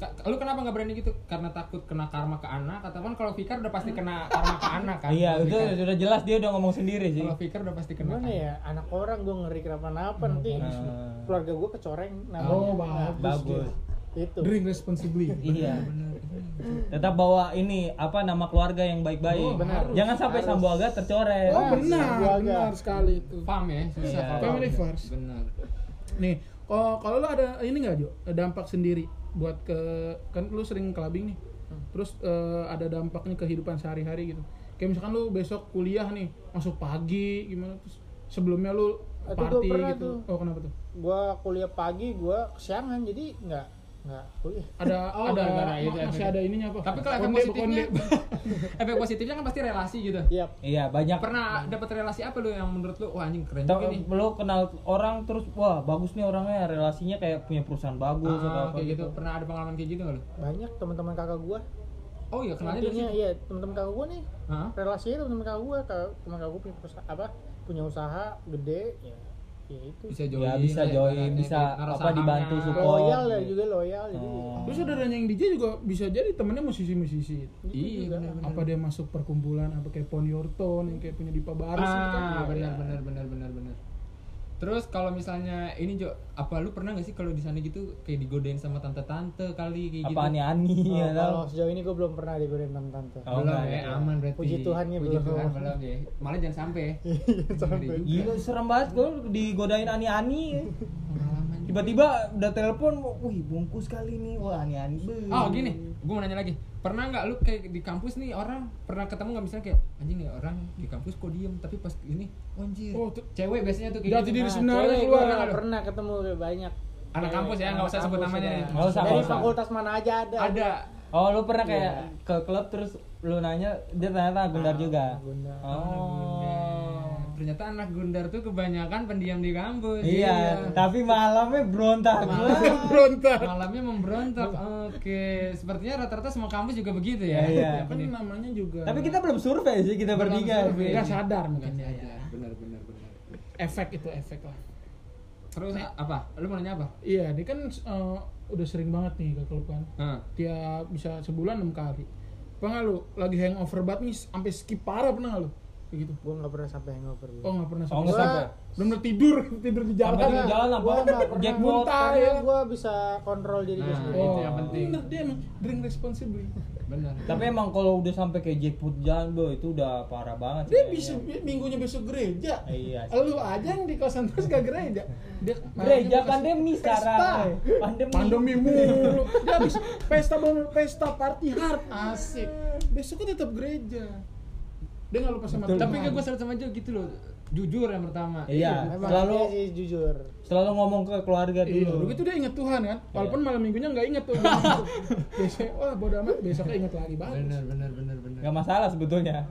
C: Ka- lu kenapa nggak berani gitu karena takut kena karma ke anak atau kan kalau Fikar udah pasti kena karma ke anak kan
B: Iya,
C: Kalau
B: itu
C: Fikar-
B: sudah jelas dia udah ngomong sendiri sih.
C: kalau Fikar udah pasti kena
D: gimana
C: kan. Iya.
D: ya anak orang gue ngeri kenapa-napa nanti
B: Hmm.
D: keluarga gue kecoreng namanya
A: Oh,
D: Nah, gitu.
B: Bagus.
D: itu
A: drink responsibly
B: Iya. Tetap bawa ini apa nama keluarga yang baik-baik.
A: Oh, benar.
B: Jangan sampai
D: Harus.
B: sambuaga tercoreng.
A: Oh benar,
D: Keluarga.
A: benar sekali itu.
C: paham ya susah
B: Iya.
C: kalau-
A: Family first.
C: benar
A: Nih, kalau kalau lo ada ini nggak Jo, dampak sendiri buat ke kan lu sering clubbing nih. Terus eh, ada dampaknya kehidupan sehari-hari gitu. Kayak misalkan lu besok kuliah nih, masuk pagi gimana terus sebelumnya lu
D: Itu gua
A: party
D: pernah
A: gitu.
D: tuh.
A: Oh, kenapa tuh?
D: gue kuliah pagi gue kesiangan jadi nggak nggak kuliah
A: Ada
C: Oh,
A: ada
C: gara-gara
A: ma-
C: itu
A: masih
C: efeknya.
A: ada ininya apa?
C: tapi kalau efek
A: Konde,
C: positifnya
A: konde.
C: [LAUGHS] efek positifnya kan pasti relasi gitu
D: iya
B: Iya, banyak.
C: pernah dapat relasi apa lu yang menurut lu wah anjing keren
B: Tau,
C: juga nih
B: lo kenal orang terus wah bagus nih orangnya relasinya kayak punya perusahaan bagus atau
C: Ah,
B: apa
C: kayak
B: gitu.
C: gitu pernah ada pengalaman kayak gitu nggak lu
D: banyak teman-teman kakak gue
C: oh iya kenalnya dari
D: intinya
C: situ
D: iya teman-teman kakak gue nih
C: Hah?
D: relasinya teman-teman kakak gue teman kakak gue punya perusahaan apa punya usaha gede ya, ya itu
C: bisa join
B: Ya, bisa
C: lah,
B: join,
C: ibaratnya
B: bisa
C: kayak gitu. naruh
B: apa,
C: sahamnya.
B: dibantu support.
D: loyal
C: iya.
D: ya juga loyal jadi
B: Oh.
A: Terus saudaranya yang DJ juga bisa jadi temennya musisi-musisi.
D: gitu
C: iya
D: juga.
C: benar benar
A: Apa dia masuk perkumpulan apa kayak Pony Orton yang kayak punya Dipa Barus gitu kan.
C: ah
A: Iya,
C: benar
A: iya.
C: benar benar benar benar terus kalau misalnya ini Jo apa lu pernah nggak sih kalau di sana gitu kayak digodain sama tante-tante kali
B: Apa
C: kayak gitu
B: ani-ani
D: Oh,
B: ya tau.
D: kalau sejauh ini gue belum pernah digodain sama tante.
B: Oh,
C: belum
B: enggak,
C: ya,
B: iya.
C: aman berarti.
D: Puji Tuhannya
C: Puji
D: belum.
C: Tuhan belum ya. Malah jangan sampai. sampai.
B: Gila serem banget gue digodain ani-ani.
C: Pengalaman.
B: Tiba-tiba udah telepon, wih bungkus kali nih, wah ani-ani. Beuh.
C: Oh gini, gue mau nanya lagi. Pernah nggak lu kayak di kampus nih orang pernah ketemu nggak misalnya kayak anjing ya orang di kampus kok diem tapi pas ini oh, anjir.
B: Iya.
A: Oh, [LAUGHS] tuh-
C: cewek biasanya tuh kayak gitu. Nah,
A: Jati diri sebenarnya
D: Nah, cewek
A: keluar.
D: gua nggak pernah ketemu kayak banyak.
C: Anak
D: Cewek,
C: kampus ya,
D: anak
C: nggak usah sebut
D: kampus
C: namanya.
D: udah.
B: Nggak usah,
D: Dari
B: nggak usah.
D: fakultas mana aja ada.
C: Ada.
B: Oh, lu pernah kayak Oh. ke klub terus lu nanya, dia ternyata gundar juga.
D: Gundar.
B: Oh.
C: ternyata anak Gundar tuh kebanyakan pendiam di kampus.
B: Iya, tapi malamnya berontak gua.
C: Malam-
A: Berontak.
C: Iya. Malamnya memberontak. Oke, sepertinya rata-rata semua kampus juga begitu ya.
B: Iya.
C: Ya,
A: kan
C: penim-
A: namanya juga
B: Tapi kita belum survei sih, kita
C: Belum
B: bertiga.
C: survei.
A: nggak Iya, sadar mungkin
C: Iya,
A: aja
C: iya. Benar, benar, benar.
A: efek itu efek lah
C: Terus a- apa? Lu mau nanya apa?
A: iya dia kan eh, udah sering banget nih ke klub kan
C: Heeh.
A: tiap bisa sebulan enam kali pernah lu lagi hangover banget nih sampai skip parah pernah nggak lu kayak gitu
D: gue nggak pernah sampai hangover
A: oh nggak pernah
B: Oh,
A: sampai
B: nggak
D: Gua-
B: sampai.
A: bener tidur [LAUGHS] tidur di jalan
B: Sampai di jalan apa? Jack
A: muntah,
D: ya
A: ya.
D: gue bisa kontrol diri gue
C: Nah,
D: sendiri
A: oh,
C: itu yang penting.
A: bener dia emang drink responsibly
C: Benar.
B: Tapi emang kalau udah sampai kayak jackpot jalan, boy, itu udah parah banget. sih
A: dia
B: kayaknya.
A: bisa minggunya besok gereja
B: Iya sih.
A: lu aja yang di kosan terus gak gereja dia makanya
B: Gereja pandemi
A: pesta.
B: sekarang. Pandemi.
A: pandemi mulu dia habis pesta bener pesta party hard asik Eh, besoknya tetap gereja dia nggak lupa sama
B: Betul.
C: Tapi kayak gue
A: Tuhan.
C: selalu sama Jo gitu loh. Jujur yang pertama.
B: Iya,
D: emang
B: selalu
D: iya sih jujur
B: selalu ngomong ke keluarga
A: Iya,
B: dulu.
A: begitu dia inget Tuhan kan, walaupun
B: Iya.
A: malam minggunya nggak inget tuh. Biasanya, wah bodo amat, besoknya inget lagi banget.
C: Benar, benar, benar, benar.
B: Gak masalah sebetulnya.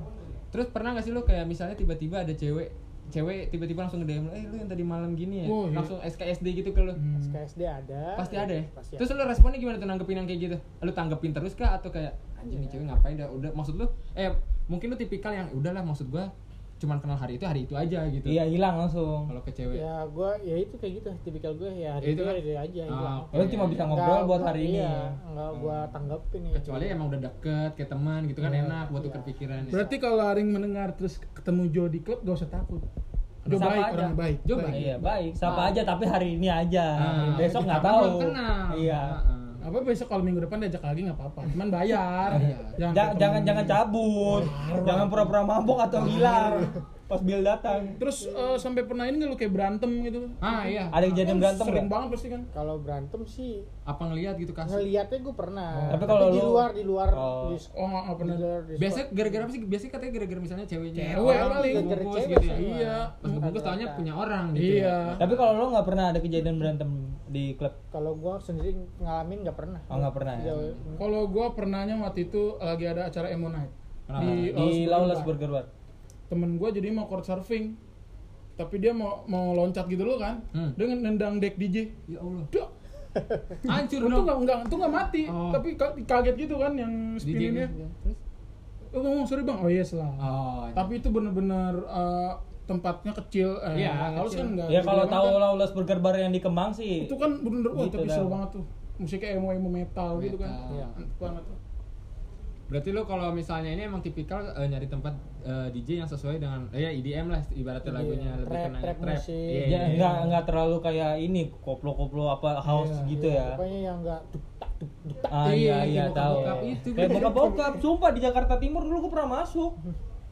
C: Terus pernah gak sih lu kayak misalnya tiba-tiba ada cewek cewek tiba-tiba langsung nge-DM lu, eh lu yang tadi malam gini ya?
A: Oh, iya.
C: Langsung SKSD gitu ke lu.
A: Hmm.
B: Hmm.
D: SKSD ada
C: Pasti ada ya?
D: pasti
C: Terus lu responnya gimana tuh nanggepin yang kayak gitu? Lu tanggepin terus kah atau kayak anjing nih cewek ngapain dah udah maksud lu eh mungkin lu tipikal yang udahlah maksud gua cuman kenal hari itu hari itu aja gitu.
B: Iya, hilang langsung.
C: Kalau ke cewek.
D: ya gue ya itu kayak gitu tipikal gue ya hari
C: Itu
D: itu
C: kan?
D: hari itu aja
C: Ah,
D: hilang.
C: oke.
B: Lu cuma bisa ngobrol
D: Iya,
B: buat hari ini.
D: Enggak gua
B: iya.
D: tanggepin ya.
C: ya. Hmm. Kecuali emang udah deket kayak teman gitu kan enak buat tukar pikiran. ya.
A: Berarti kalau Aring mendengar terus ketemu Jo di klub, gak usah takut. Jo
B: Sama
A: baik,
B: aja.
A: orang baik.
C: Jo baik.
B: Iya, baik. Sapa aja tapi hari ini aja.
C: Ah,
B: Besok nggak
C: karena
B: tahu.
C: belum kenal.
B: Iya.
C: Heeh.
A: Apa besok kalau minggu depan diajak lagi nggak apa-apa, cuman bayar.
C: Iya.
A: jangan
B: Ja-
A: kayak
B: jangan
A: temen.
B: jangan cabut. Jangan pura-pura mabok atau hilang. Pas Bill datang.
A: Terus eh, sampai pernah ini nggak lu kayak berantem gitu?
C: Ah iya.
B: Ada
A: Kan
B: kejadian berantem
A: Sering
B: nggak?
A: banget pasti kan.
D: Kalau berantem sih
C: Apa ngelihat gitu kasih?
D: ngelihatnya gue pernah.
B: Tapi kalau
D: di
B: lu-
D: luar di luar
B: Oh.
D: di
A: Oh nggak nggak pernah.
D: luar di
C: Biasanya gara-gara apa sih? Biasanya katanya gara-gara misalnya ceweknya
A: Cewek
C: orang
A: paling.
D: Gara-gara
C: bungkus
D: cewek
C: gitu ya.
D: semua.
A: Iya.
C: Pas ngebungkus taunya punya orang gitu.
A: Iya.
C: Ya.
B: Tapi kalau lo nggak pernah ada kejadian berantem di klub.
D: Kalau gua sendiri ngalamin nggak pernah. Iya,
B: Oh, nggak pernah ya?
D: Sejauh-
A: Kalau gua pernahnya waktu itu lagi ada acara Emo Night Ah.
C: Ah,
A: di,
B: Di Lawless
A: Lawless Burger.
B: Burger Bar.
A: Temen gua jadi mau court surfing. Tapi dia mau mau loncat gitu loh kan.
C: Hmm.
A: Dia nendang deck DJ.
C: Ya Allah.
A: Duh,
C: [LAUGHS] Hancur
A: itu
C: dong.
A: nggak nggak itu nggak mati,
C: Oh.
A: tapi ka- kaget gitu kan yang
C: DJ-nya.
A: spinninnya. Oh, ngomong sorry bang, oh yes lah.
C: Oh.
A: Tapi itu bener-bener eh, tempatnya kecil. Eh,
C: Iya,
A: Laos
C: kecil.
A: kan nggak.
B: Ya kalau
A: gede
B: tahu
A: banget kan.
B: Lawless Burger Bar yang di Kemang sih.
A: Itu kan bener-bener wah
B: Gitu
A: tapi seru
B: dah.
A: banget tuh. Musiknya emo emo metal, gitu kan.
C: Metal.
A: Iya, mantep banget tuh.
C: Berarti lo kalau misalnya ini emang tipikal eh, nyari tempat eh, DJ yang sesuai dengan eh, ya EDM lah ibaratnya lagunya lebih
D: Trap,
C: kena
D: trap musik.
B: Ya,
C: Iya, iya.
B: nggak nggak terlalu kayak ini koplo-koplo apa house
A: Iya,
B: gitu ya.
D: Pokoknya yang enggak
B: Ah
C: Iya,
B: iya iya
C: kayak
B: tahu.
C: bokap-bokap itu,
B: Kayak
C: Bang.
B: bokap-bokap, sumpah di Jakarta Timur dulu gua pernah masuk.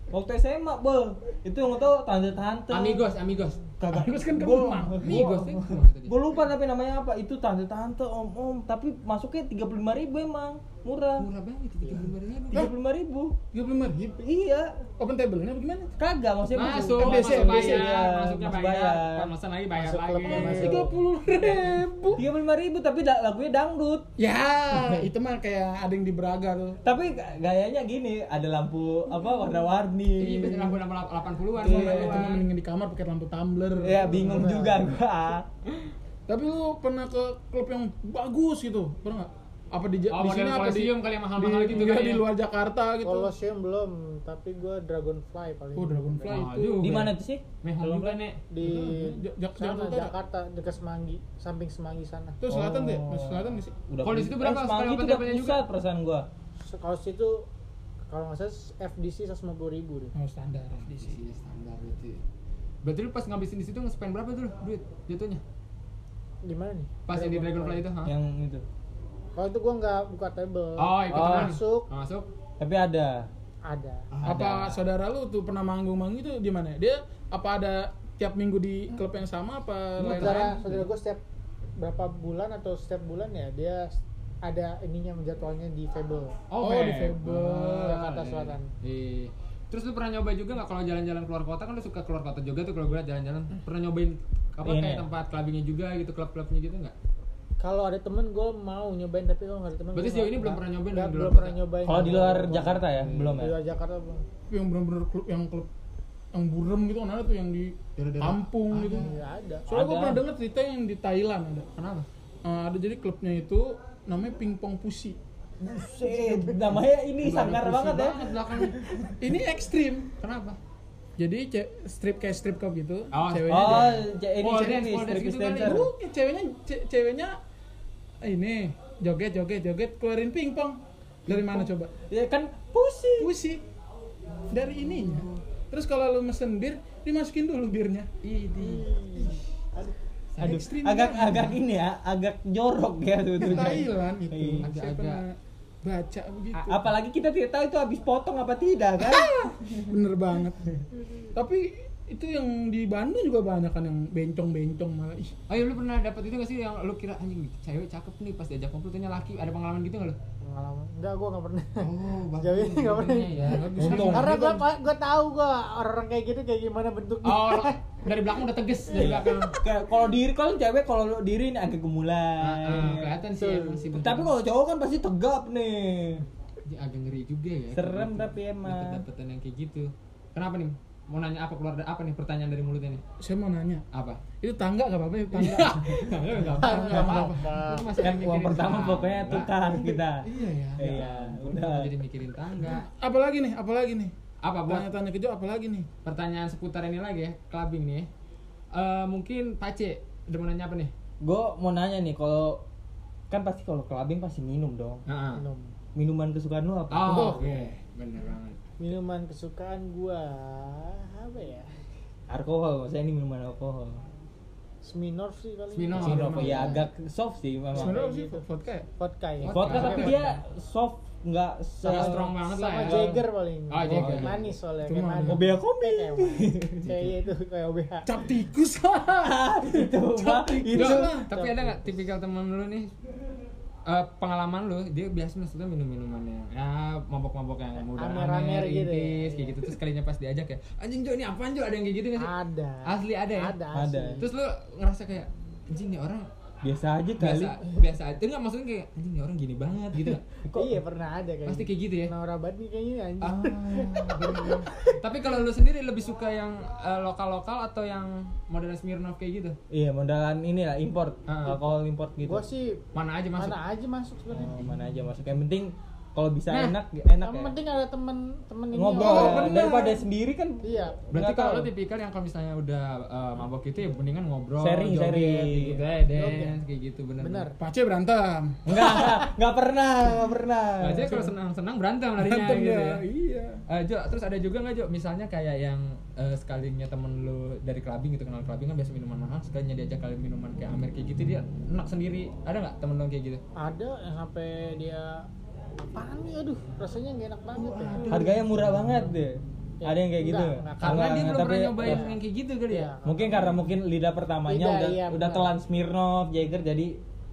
B: Waktu SMA, Bel. Itu yang tau tante-tante.
C: Amigos, amigos.
B: Kagak.
A: Amigos kan
B: Gua-
A: kemang.
B: gua-
C: Amigos. eh.
B: Gua lupa tapi namanya apa. Itu tante-tante, om-om, tapi masuknya 35.000 emang. Murah.
C: Murah banget 35
B: 35.000.
C: ribu.
A: Tiga puluh lima ribu.
B: Iya.
A: Open table-nya apa gimana?
B: Kagak maksudnya
C: Masuk,
A: Kan
C: masuk
A: biasanya-
C: bayar,
B: biasanya,
C: masuknya
B: masuk
C: bayar.
B: bayar.
C: Pemesan lagi bayar
D: Masuk
C: lagi.
D: klubnya masuk.
A: Tiga puluh
C: [LAUGHS]
A: ribu.
B: Tiga ribu tapi da- lagunya dangdut. [LAUGHS]
A: Ya, itu mah kayak ada yang di Braga tuh.
B: Tapi ga- gayanya gini, ada lampu apa
C: Iya,
B: warna-warni.
C: biasanya lampu-lampu 80-an,
A: Itu
B: Iya.
A: mah
C: 90-an.
A: mendingan di kamar pakai lampu tumbler.
B: Ya bingung juga gua.
A: Tapi lu pernah ke klub yang bagus gitu, pernah nggak? Apa di,
C: Oh,
A: di
C: model
A: sini Iya, apa di,
C: Colosseum kali yang mahal-mahal
A: di-
C: gitu
A: iya,
C: kali
A: di
C: ya?
A: luar Jakarta gitu.
D: Colosseum belum, tapi gua Dragonfly paling.
A: Oh, Dragonfly
C: Wah,
A: itu.
C: juga.
B: Di mana tuh sih?
C: Mehong juga nek.
D: di
A: Ja- Ja-
D: sana,
A: Jakarta.
D: Jakarta dekat Semanggi, samping Semanggi sana. Oh.
A: Itu selatan tuh ya?
B: Oh.
A: Masih selatan nggak sih?
C: Kalau di situ berapa?
B: Eh, Semanggi
C: Sekali
B: itu
C: open
B: udah
C: table-nya juga?
B: pusat perasaan gua.
D: Se- Kalau situ kalau nggak salah FDC 150 ribu deh.
A: Oh, standar di sini.
C: Iya, standar berarti. Berarti lu pas ngabisin di situ nge-spend berapa tuh lu duit jatuhnya?
D: Di mana nih?
C: Pas yang di Dragonfly itu, ha?
B: Yang itu.
D: Kalau itu gua nggak buka table.
C: Oh, ikut
B: Oh.
C: teman.
D: Masuk.
C: Oh, masuk.
B: Tapi ada.
D: Ada.
A: Apa saudara lu tuh pernah manggung-manggung itu di mana? ya? Dia apa ada tiap minggu di klub yang sama apa lain-lain?
C: Enggak,
D: Saudara saudara gua setiap berapa bulan atau setiap bulan ya dia s- ada ininya jadwalnya di table.
A: Oh, di
C: Ah,
A: Febel.
D: Jakarta Selatan.
C: Iya. Terus lu pernah nyoba juga nggak kalau jalan-jalan keluar kota kan lu suka keluar kota juga tuh kalau gue liat jalan-jalan pernah nyobain apa
B: Ini
C: kayak
B: ya?
C: tempat clubbingnya juga gitu klub-klubnya gitu nggak?
D: Kalau ada temen gua mau nyobain tapi kalau nggak ada temen.
C: Berarti
D: gua
C: sejauh
D: nggak-
C: ini belum pernah nyobain
D: nggak,
C: dong di luar
D: belum pernah
C: kota?
D: nyobain.
B: Kalau di luar
D: Belum.
B: Jakarta ya, belum
D: Di
B: ya.
D: luar Jakarta belum.
A: yang benar-benar klub yang klub yang burem gitu kan ada tuh yang di
E: Daerah-daerah.
A: kampung gitu
D: ya ada
A: soalnya gue
B: Ada.
A: pernah denger cerita yang di Thailand ada
C: Kenapa?
A: Eh, ada jadi klubnya itu namanya pingpong pusi
B: Buset, namanya ini sangar banget ya.
C: belakangnya.
A: ini ekstrim
C: Kenapa?
A: jadi ce- strip kayak strip club gitu
C: Oh,
A: ceweknya
B: Oh, iya.
A: dia-
B: ja- ini
C: Pole
B: strip
C: dance, pole dance
B: strip
C: gitu
B: dancer.
C: kali.
A: Bukan, ceweknya ce- ceweknya ini joget joget joget keluarin pingpong dari mana coba
B: Ya kan pusing.
A: pusi dari ininya terus kalau lu mesen bir dimasukin dulu birnya
B: Aduh,
A: Ekstrim
C: kan
B: agak
A: banget.
B: agak ini ya, agak jorok
C: [LAUGHS]
B: ya
A: Di
C: Nah,
B: sebetulnya.
A: Thailand itu
B: Iya.
A: saya
C: Agak-agak.
A: pernah baca begitu
B: A- Apalagi kita tidak tahu itu habis potong apa tidak
C: Ah,
B: kan?
A: bener banget tapi itu yang di Bandung juga banyak kan yang bencong-bencong malah ih
C: Oh iya lu pernah dapat itu gak sih yang lu kira anjing cewek cakep nih pas diajak ngobrol ternyata laki ada pengalaman gitu gak lu?
D: pengalaman enggak gue nggak pernah [LAUGHS]
C: Oh,
D: Sejauh ini nggak pernah.
C: Ya, bagus.
B: Untung.
D: karena gue gue tahu gue orang-orang kayak gitu kayak gimana bentuknya [LAUGHS]
C: Oh, dari belakang udah teges dari
B: Iya.
C: belakang.
B: Kayak kalau diri kalau cewek kalau diri ini agak gemulai.
C: Ah, ah, kelihatan sih emang sih bentuk.
B: Tapi kalau cowok kan pasti tegap nih.
C: Dia agak ngeri juga ya.
B: Serem tapi emang.
C: Dapat dapetan yang kayak gitu. Kenapa nih? Mau nanya apa keluar dari apa nih pertanyaan dari mulutnya nih?
A: saya mau nanya
B: [LAUGHS]
C: Apa?
A: itu tangga gak apa-apa ya
B: Iya.
A: tangga
C: Enggak apa-apa. Lu masih
B: Kan
C: mikirin
B: uang pertama
C: tangga.
B: pokoknya tukar kita.
C: gitu. Ah. Iya ya.
B: Iya,
C: Gua
B: udah.
C: kenapa Jadi mikirin tangga.
A: apalagi nih apalagi nih
C: Apa buat
A: tanya-tanya kejo apalagi nih
C: pertanyaan seputar ini lagi ya, clubbing nih. ya. Eh mungkin Pace demen nanya apa nih?
B: Gue mau nanya nih kalau kan pasti kalau clubbing pasti minum dong.
C: Heeh.
D: minum
B: Minuman kesukaan lu apa?
C: Oh, oke. Bener banget.
D: minuman kesukaan gue apa ya
B: Alkohol, maksudnya ini minuman alkohol.
D: Smirnoff sih paling
C: Smirnoff.
B: Masih rokok ya agak soft sih memang.
A: sebenarnya apa sih
B: Gitu.
A: vodka ya
D: vodka ya
B: Vodka tapi dia soft nggak se
C: Agak
B: [LAUGHS]
C: strong banget lah
D: sama
C: ya.
D: Jagger paling
C: Oh, Jagger.
D: manis soalnya
A: Cuma
D: kayak manis
B: OBH kombi.
D: kayak manis. kayak itu kayak OBH
A: cap
C: [LAUGHS]
A: tikus
B: itu mah Ah, gitu, itu
C: Lu,
B: mah.
C: tapi ada nggak tipikal teman lu nih eh, pengalaman lu dia biasa maksudnya minum minuman yang ya mabok-mabok yang mudah
D: Amer-amer gitu ya.
C: intis, kayak gitu terus kalinya pas diajak ya anjing Jo ini apaan Jo ada yang kayak gitu nggak sih
D: ada
C: asli ada ya
D: ada
B: Ada.
D: asli.
C: terus lu ngerasa kayak anjing nih orang
B: biasa aja kali.
C: biasa biasa aja enggak maksudnya kayak anjing nih orang gini banget gitu
D: [LAUGHS]
C: nggak?
D: iya pernah ada kayak
C: pasti kayak gitu ya
D: Naura Badmi kayaknya anjing
C: Ah, [LAUGHS] bener. tapi kalau lu sendiri lebih suka yang eh, lokal-lokal atau yang model Smirnoff kayak gitu
B: Iya, modalan ini lah import,
C: Ah.
B: alkohol import gitu.
D: gue sih
C: mana aja masuk
D: mana aja masuk sebenarnya
B: Oh, mana aja masuk. Yang penting kalau bisa
C: Nah, Oh,
B: enak enak
D: yang
B: ya.
D: penting ada temen temen ini
B: Ngobrol
D: orang.
B: ya. daripada sendiri kan. [LAUGHS]
D: iya
C: Berarti
B: nggak
C: kalau
B: tahu.
C: lu tipikal yang kalau misalnya udah eh, mabok gitu ya mendingan ngobrol,
B: Sharing,
C: joget,
B: sharing.
C: gitu ya, dance kayak gitu bener.
D: benar
A: pace berantem
B: Enggak, enggak, enggak pernah, enggak pernah.
C: Aja kalau senang-senang berantem larinya
A: berantem
C: gitu
A: ya
C: ya.
A: iya
C: Eh, Jo, terus ada juga nggak Jo, misalnya kayak yang eh, sekalinya temen lu dari clubbing gitu kenal clubbing kan biasa minuman mahal, sekalinya diajak kali minuman kayak Amer kayak gitu dia enak sendiri, ada nggak temen lu yang kayak gitu?
D: ada yang sampai dia apaan nih aduh rasanya nggak enak banget ya
B: Harganya murah banget deh.
D: Ya,
B: Ada yang kayak gitu.
D: enggak, enggak.
B: Enggak,
C: Karena dia
B: enggak,
C: belum pernah
B: tapi-
C: nyobain
B: Iya.
C: yang kayak gitu kali ya.
D: Iya.
B: Mungkin karena mungkin lidah pertamanya
D: Lidah,
B: udah
D: iya,
B: udah
D: benar.
B: telan Smirnoff, Jagger jadi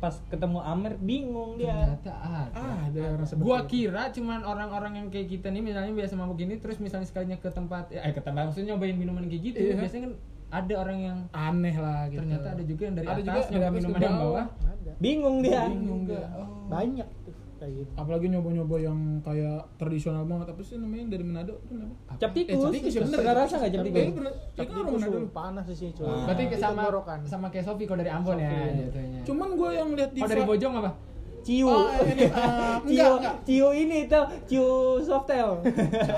B: pas ketemu Amer bingung dia.
C: Ternyata ada.
A: ah ada orang seperti
C: gua
A: itu.
C: kira cuman orang-orang yang kayak kita nih misalnya biasa mabuk gini terus misalnya sekalinya ke tempat eh ke tempat maksudnya nyobain minuman kayak gitu
A: Iya.
C: biasanya kan ada orang yang
A: aneh lah gitu
C: ternyata ada juga yang dari
A: Ada juga
C: atas
A: dari
C: nyobain
A: atas
C: minuman
A: ke
C: yang
A: bawah.
C: bawah
D: ada
B: Bingung dia.
A: bingung gak
D: banyak tuh kayak gitu
A: Iya, Oh. apalagi nyoba-nyoba yang kayak tradisional banget apa sih namanya dari Manado itu kenapa
B: Cap tikus.
A: cap tikus ya bener
B: Pernah rasa enggak cap
A: Tapi
B: tikus?
A: lu pernah- ya kan
D: Tapi
A: orang
D: gua
A: Manado
D: suruh panas di sini cuy
B: Ah.
D: Kan
A: Nah,
C: berarti
D: Itu
C: sama
D: tenggorokan.
C: sama kayak Sofi kalau dari Ambon ya jatuhnya
A: cuman gue yang lihat di
C: oh dari
A: Fra-
C: Bojong apa
B: Ciu.
A: Oh, ini, ah,
B: [LAUGHS] Ciu,
A: enggak, enggak.
B: ciu ini itu ciu softel.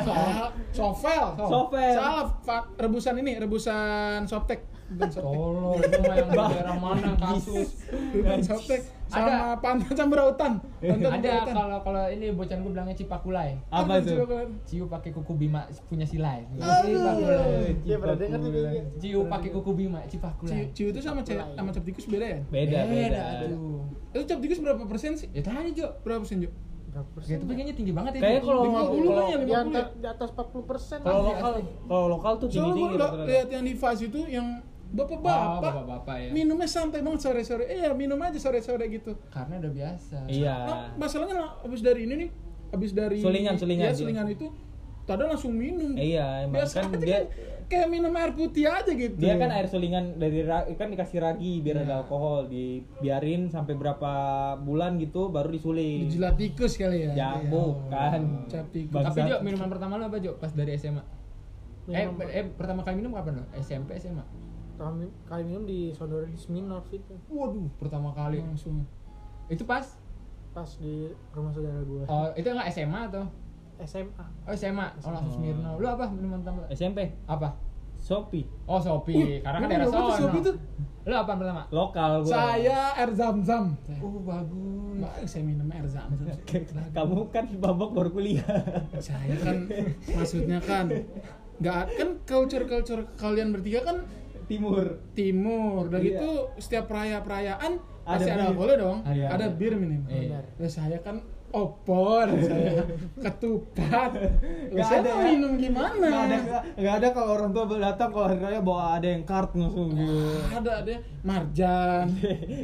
A: Salah. Sovel.
C: Oh,
B: Sovel.
A: Salah, Pak. Rebusan ini, rebusan Soptek. Bukan
C: [LAUGHS]
A: Soptek.
C: tolol itu mah
A: [LAUGHS]
C: yang
B: Bah.
C: daerah mana kasus
A: Bukan Soptek. Sama
C: Ada.
A: Pantai Camberautan. Pantai
C: ada
A: Camberautan.
C: kalau kalau ini bocan gue bilangnya cipakulai
B: Apa
A: Aduh,
B: itu?
A: coba.
C: ciu pakai kuku bima punya silai
A: Ah.
B: Iya,
D: Dia Iya, pernah denger tuh kayak gitu.
C: ciu pakai kuku bima
A: Ciu-
C: cipakulai
A: Ciu itu sama ce- sama cap tikus beda ya?
B: Beda, beda.
C: aduh
A: Itu cap tikus berapa persen sih?
C: ya tadi Jo
A: Berapa persen, Jo?
D: Berapa persen
C: Gitu tapi kayaknya tinggi banget ya.
B: Kayaknya
C: Tinggi.
B: kalau
A: 50
B: kalau
A: kan ya,
D: Di,
A: 50
D: antar,
A: ya?
D: di atas 40 persen
B: kalau
C: eh,
B: lokal kalau Ah, lokal tuh tinggi
A: Soalnya
B: tinggi.
A: gue lihat yang di Vice itu yang
C: Oh,
A: bapak-bapak
C: bapak-bapak
B: iya.
C: ya.
A: minumnya santai banget sore-sore. Eh ya minum aja sore-sore gitu.
C: Karena udah biasa.
B: Iya.
A: Nah, masalahnya lah, abis dari ini nih, abis dari
B: Sulingan,
A: ya,
B: sulingan.
A: sulingan itu, tadi langsung minum.
B: Iya, emang
A: Biasa
B: kan
A: aja
B: dia
A: kan, kayak minum air putih aja gitu.
B: dia kan air sulingan dari ra- kan dikasih ragi biar ada alkohol dibiarin sampai berapa bulan gitu baru disuling.
A: dijilat tikus kali ya.
B: Ya bukan.
A: Cap tikus.
B: Bangsa.
C: Tapi Jo, minuman pertama lu apa Jo? Pas dari SMA. Eh,
D: Minum.
C: eh, pertama kali minum kapan lo? SMP SMA?
D: kami kali minum di saudara di Seminov itu
C: Waduh, Uh, pertama kali.
A: langsung
C: Itu pas
D: pas di rumah saudara gua
C: oh, itu enggak SMA atau?
D: SMA
C: Oh, SMA. Oh, Eh. langsung Smirno. Lu apa minuman pertama?
B: SMP
C: Apa?
B: Shopee
C: Oh, Shopee. Karena kan daerah sono. Lu apa pertama?
B: lokal Iya, gua
A: saya air zam zam
C: Oh, bagus.
A: Baik, saya minum air zam zam
B: [LAUGHS] kamu kan babak baru kuliah
A: saya kan maksudnya kan nggak kan culture culture kalian bertiga kan
B: [LAUGHS] timur
A: timur dan
B: Iya.
A: itu setiap peraya perayaan
B: Ada
A: pasti ada
B: bir.
A: alkoholnya dong
C: Ada.
A: ada bir minimal
C: Iya.
A: Ya, saya kan
B: [LAUGHS]
A: opor saya ketupat Loh,
B: Nggak
A: saya
B: ada
A: mau
B: ya?
A: minum gimana
B: nggak ada nggak ada kalau orang tua datang kalau hari raya bawa ada yang kart langsung gitu
A: ada ada marjan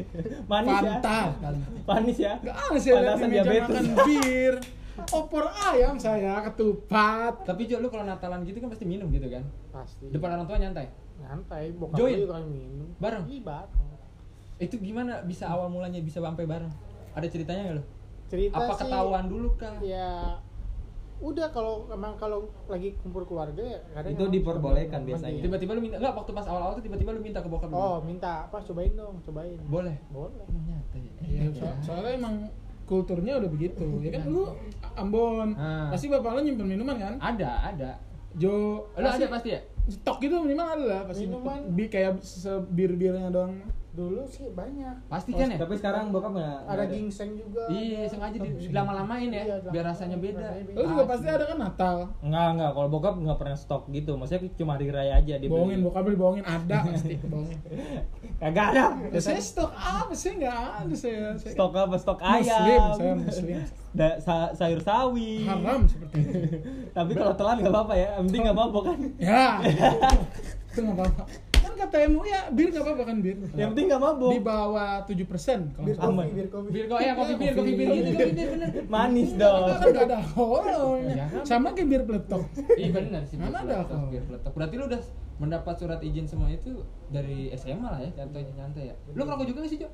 B: [LAUGHS] manis ya
A: fanta kan
B: manis ya
A: nggak ada saya lihat di
B: Pantasan
A: meja
B: diabetes.
A: makan bir opor ayam saya ketupat
C: Tapi Jo, lu kalau Natalan gitu kan pasti minum gitu kan?
D: pasti
C: Depan orang tua nyantai.
D: nyantai bokap
C: Join?
D: gue juga kali minum
C: Bareng?
D: Ih, bareng
C: Itu gimana bisa awal mulanya bisa sampai bareng? Ada ceritanya nggak lu?
D: cerita
C: Apa
D: sih,
C: ketahuan dulu kah?
D: ya udah kalau emang kalau lagi kumpul keluarga ya kadang
B: Itu
D: emang
B: diperbolehkan
D: suka-
B: biasanya.
D: mandi.
C: Iya. Tiba-tiba lu minta enggak waktu pas awal-awal tuh tiba-tiba lu minta ke bokap lu.
D: oh minta pas cobain dong cobain
C: Boleh.
D: boleh
C: Emang nyantai.
A: Ya,
C: Iya.
A: so- soalnya emang kulturnya udah begitu ya kan lu Ambon
C: Ah.
A: pasti bapak lu nyimpen minuman kan
C: Ada, ada.
A: Jo
C: Lu ada pasti ya?
A: stok gitu minimal ada lah pasti
D: Minuman.
A: bi kayak sebir-birnya doang
D: dulu sih banyak Oh,
C: Pasti kan ya?
B: tapi sekarang bokap nggak
D: ada ginseng juga
C: Iya, sengaja di- dilama-lamain ya,
D: Iya, dilama-
C: biar rasanya beda.
D: rasanya beda.
A: lu juga
C: Asli.
A: pasti
D: iya.
A: ada kan Natal
B: nggak nggak kalau bokap nggak pernah stok gitu maksudnya cuma hari raya aja dia
A: bohongin
B: beli.
A: bokap lu bohongin ada pasti bohongin
B: kagak [LAUGHS] ada
A: ya saya stok apa sih nggak ada saya, saya
B: stok apa stok ayam
A: muslim saya
B: [LAUGHS]
A: muslim
B: Da- sa- sayur sawi
A: haram seperti itu
B: tapi kalau telan nggak apa-apa ya yang penting nggak apa-apa kan
A: ya itu nggak apa-apa kan kata MUI ya bir nggak apa-apa kan bir
B: yang penting nggak mabuk
A: di bawah 7% kalau nggak salah.
D: bir kopi
B: Aman.
D: bir kopi
C: Bir kok ya kopi bir, kopi bir gitu, kopi bir bener.
B: manis
A: Kita
B: dong
A: [LAUGHS] kan nggak ada alkoholnya
C: Jangan.
A: sama kayak bir peletok
C: Iya bener sih. bir
A: Mana ada
C: peletok,
A: alkohol.
C: bir peletok. Berarti lu udah mendapat surat izin semua itu dari SMA lah ya, contohnya nyantai ya. Lu ngerokok juga gak sih, Jo?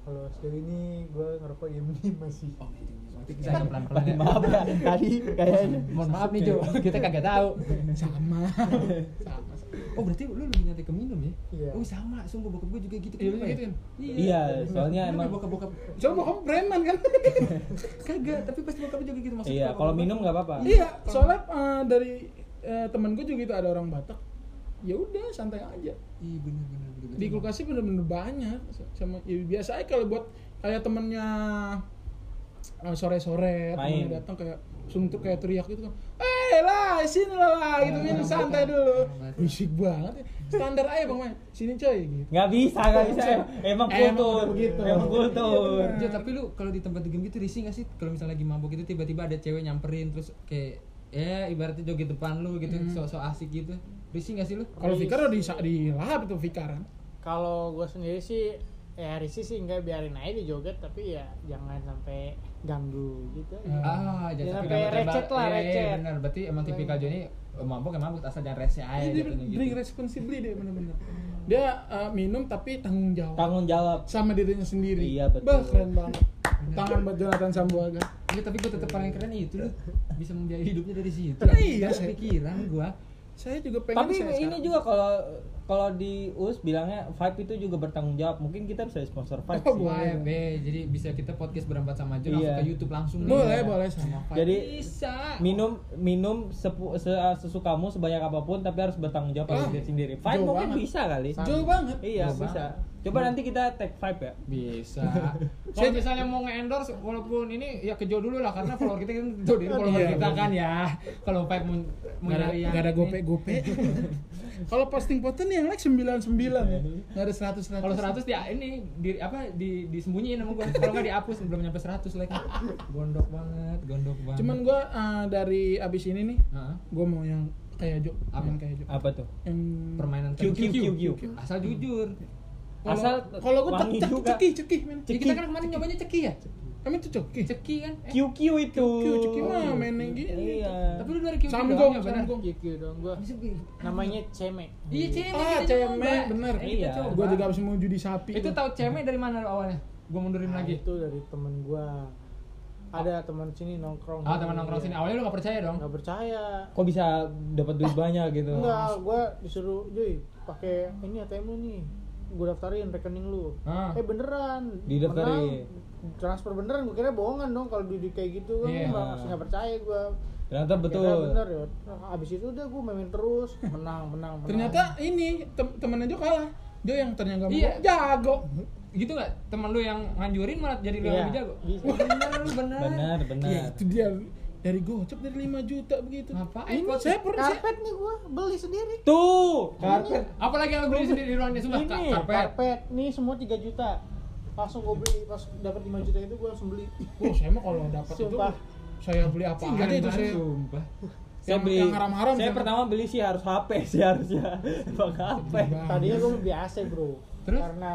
D: kalau sejauh ini gue ngerokok diem diem [LAUGHS] masih
C: Oh, gitu. Nanti kita akan pelan-pelan
B: Tadi
C: ya.
B: maaf ya tadi kayaknya
C: Mohon maaf nih, Jo. Kita kagak tahu.
A: sama sama
C: Oh, berarti lu lebih nyantai ke minum ya?
D: Iya.
C: Oh, sama. Sumpah bokap gue juga gitu.
A: Iya,
C: kenapa ya?
A: gitu kan?
B: Iya, soalnya
C: Kenapa
B: emang-
C: ya bokap-bokap
A: coba kamu preman kan
C: kagak, tapi pasti bokap juga gitu maksudnya.
B: iya kalau minum nggak apa-apa
A: iya soalnya eh, dari eh, temen gue juga gitu ada orang Batak ya udah santai aja
C: Iya, bener bener bener.
A: di kulkasnya bener-bener banyak sama ya biasa aja kalau buat kayak temennya eh, sore-sore
B: Main.
A: temennya datang kayak suntuk kayak teriak gitu kan eh lah sini lah, lah," gitu
C: Orang
A: kan
C: Batak,
A: santai dulu
C: orang Batak.
A: berisik banget ya. standar aja bang main sini coy gitu
B: nggak bisa nggak bisa emang
A: Emang
B: kultur
A: udah begitu.
B: emang kultur
C: Jo, tapi lu kalau di tempat game gitu risih gak sih? Kalau misalnya lagi mabok itu tiba-tiba ada cewek nyamperin terus kayak ya ibaratnya joget depan lu gitu, sok-sok asik gitu. Risih gak sih lu?
A: kalau Fikar udah di dilahap itu Fikaran
D: kalau gue sendiri sih ya risih sih nggak biarin aja di joget tapi ya jangan sampai ganggu gitu
C: Ah, jangan
D: Jangan sampai
C: sampai tembak.
D: recet lah,
C: Iya, iya,
D: recet.
C: Benar, berarti emang tipikal Jo ini eh, mabok ya mabok asal jangan rese aja
A: dia
C: jatuhnya gitu.
A: drink responsibly dia bener-bener dia eh, minum tapi tanggung jawab
B: tanggung jawab
A: sama dirinya sendiri.
B: Iya, betul.
A: Bah, keren banget. Tangan buat Jonathan Sambuaga.
C: Iya, tapi gua tetap paling keren itu lu bisa membiayai hidupnya dari situ.
A: Nah, iya,
C: Gak
A: saya-
C: kepikiran gua.
A: Saya juga pengen
B: tapi
A: saya
B: ini
A: sekarang.
B: juga kalau kalau di US bilangnya vibe itu juga bertanggung jawab mungkin kita bisa sponsor vibe
A: Oh,
B: sih.
A: boleh.
C: Wah, be, jadi bisa kita podcast berempat sama Jo langsung
B: Iya.
C: ke YouTube langsung nih.
A: boleh boleh sama Pak.
B: Jadi,
C: bisa.
B: minum minum sepu, se, sesukamu sebanyak apapun tapi harus bertanggung
A: Ah,
B: jawab pada diri sendiri vibe
A: jauh
B: mungkin
A: banget.
B: bisa kali
A: jauh banget.
B: iya
C: Jauh
B: bisa
C: banget.
B: coba nanti kita tag vibe ya
A: [LAUGHS]
C: bisa kalau misalnya mau nge-endorse walaupun ini ya kejo dulu lah karena follower
A: [LAUGHS]
C: kita kan tuh dari follower
A: Iya,
C: kita
A: bener.
C: kan ya kalau Pak mau mau
A: Nggak ada,
C: nyari yang
A: nggak ada
C: ini.
A: gope-gope. Kalau posting foto nih yang like 99 Nggak ada 100 100.
C: kalau 100 ya ini di apa di disembunyiin sama gua kalau nggak dihapus belum nyampe 100 like gondok banget gondok banget
A: Cuman gua eh, dari abis ini nih,
C: Heeh.
A: gua mau yang kayak Jo,
C: Apa?
A: yang kayak Jo.
B: apa tuh
A: Yang
C: permainan
B: Q, Q, Q, Q.
C: asal jujur
A: Kalau-
B: asal
A: kalau gua
B: wangi
A: cek
B: juga.
A: cekih cekih men.
C: Jadi kita kan kemarin nyobanya ceki ya
A: Kami tuh cekih.
C: ceki kan Eh,
B: QQ itu
A: Q, QQ mah main yang gini.
B: Oh, iya
C: tapi lu dari QQ
A: Samgong,
C: doang ya benar
A: samgong.
D: gitu dong gue namanya cemek
C: iya cemek
A: Ah,
C: kita coba.
A: cemek, bener.
C: Eh, kita
B: Iya.
C: coba.
A: Gua juga abis mau judi sapi.
C: itu tahu cemek dari mana lu awalnya gua mundurin
D: Nah,
C: lagi
D: itu dari temen gue ada teman sini nongkrong Iya.
C: Ah, teman nongkrong sini. Awalnya lu gak percaya dong.
D: nggak percaya
B: Kok bisa dapat
A: Ah.
B: duit banyak gitu?
D: Enggak, gue disuruh Joy pakai ini ATM lu nih gue daftarin rekening lu
C: Ah.
D: eh beneran
B: Didaftarin.
D: menang, transfer beneran gue kira bohongan dong kalau duit kayak gitu gue
C: Iya.
D: nggak masih nggak percaya gue
B: Ternyata
D: Kira
B: betul.
D: bener ya abis itu udah gue main terus menang menang menang Iya.
A: Ternyata ini tem- temennya Jo kalah. Jo yang ternyata nggak mau
C: Iya.
A: jago.
C: Gitu gak? Temen lu yang nganjurin malah jadi lu yang
D: Iya,
C: lebih jago. Oh,
D: bisa.
C: Bener lu bener.
B: Benar, benar.
A: Ya itu dia dari gocap dari 5 juta begitu.
C: Ngapain?
A: Ini
C: Pot?
A: saya pernah saya-
D: karpet nih gue beli sendiri
B: Tuh, karpet.
C: Apalagi yang lu beli sendiri di ruangnya sumpah
D: ini
C: Ka-
D: karpet.
C: karpet.
D: nih semua 3 juta langsung gue beli pas dapat 5 juta itu gue langsung beli
A: Wah, saya mah kalau dapat itu
D: Sumpah.
A: saya beli apa
C: Cinggan
A: aja itu
C: banget,
A: saya.
C: Sumpah.
B: Saya
A: Yang-
B: beli.
A: yang kan? haram-haram
B: saya
A: saya-
B: pertama beli sih harus HP [LAUGHS] sih harusnya. Bang HP.
A: Iya,
D: tadinya gue
B: Iya.
D: beli AC bro
C: Terus?
D: karena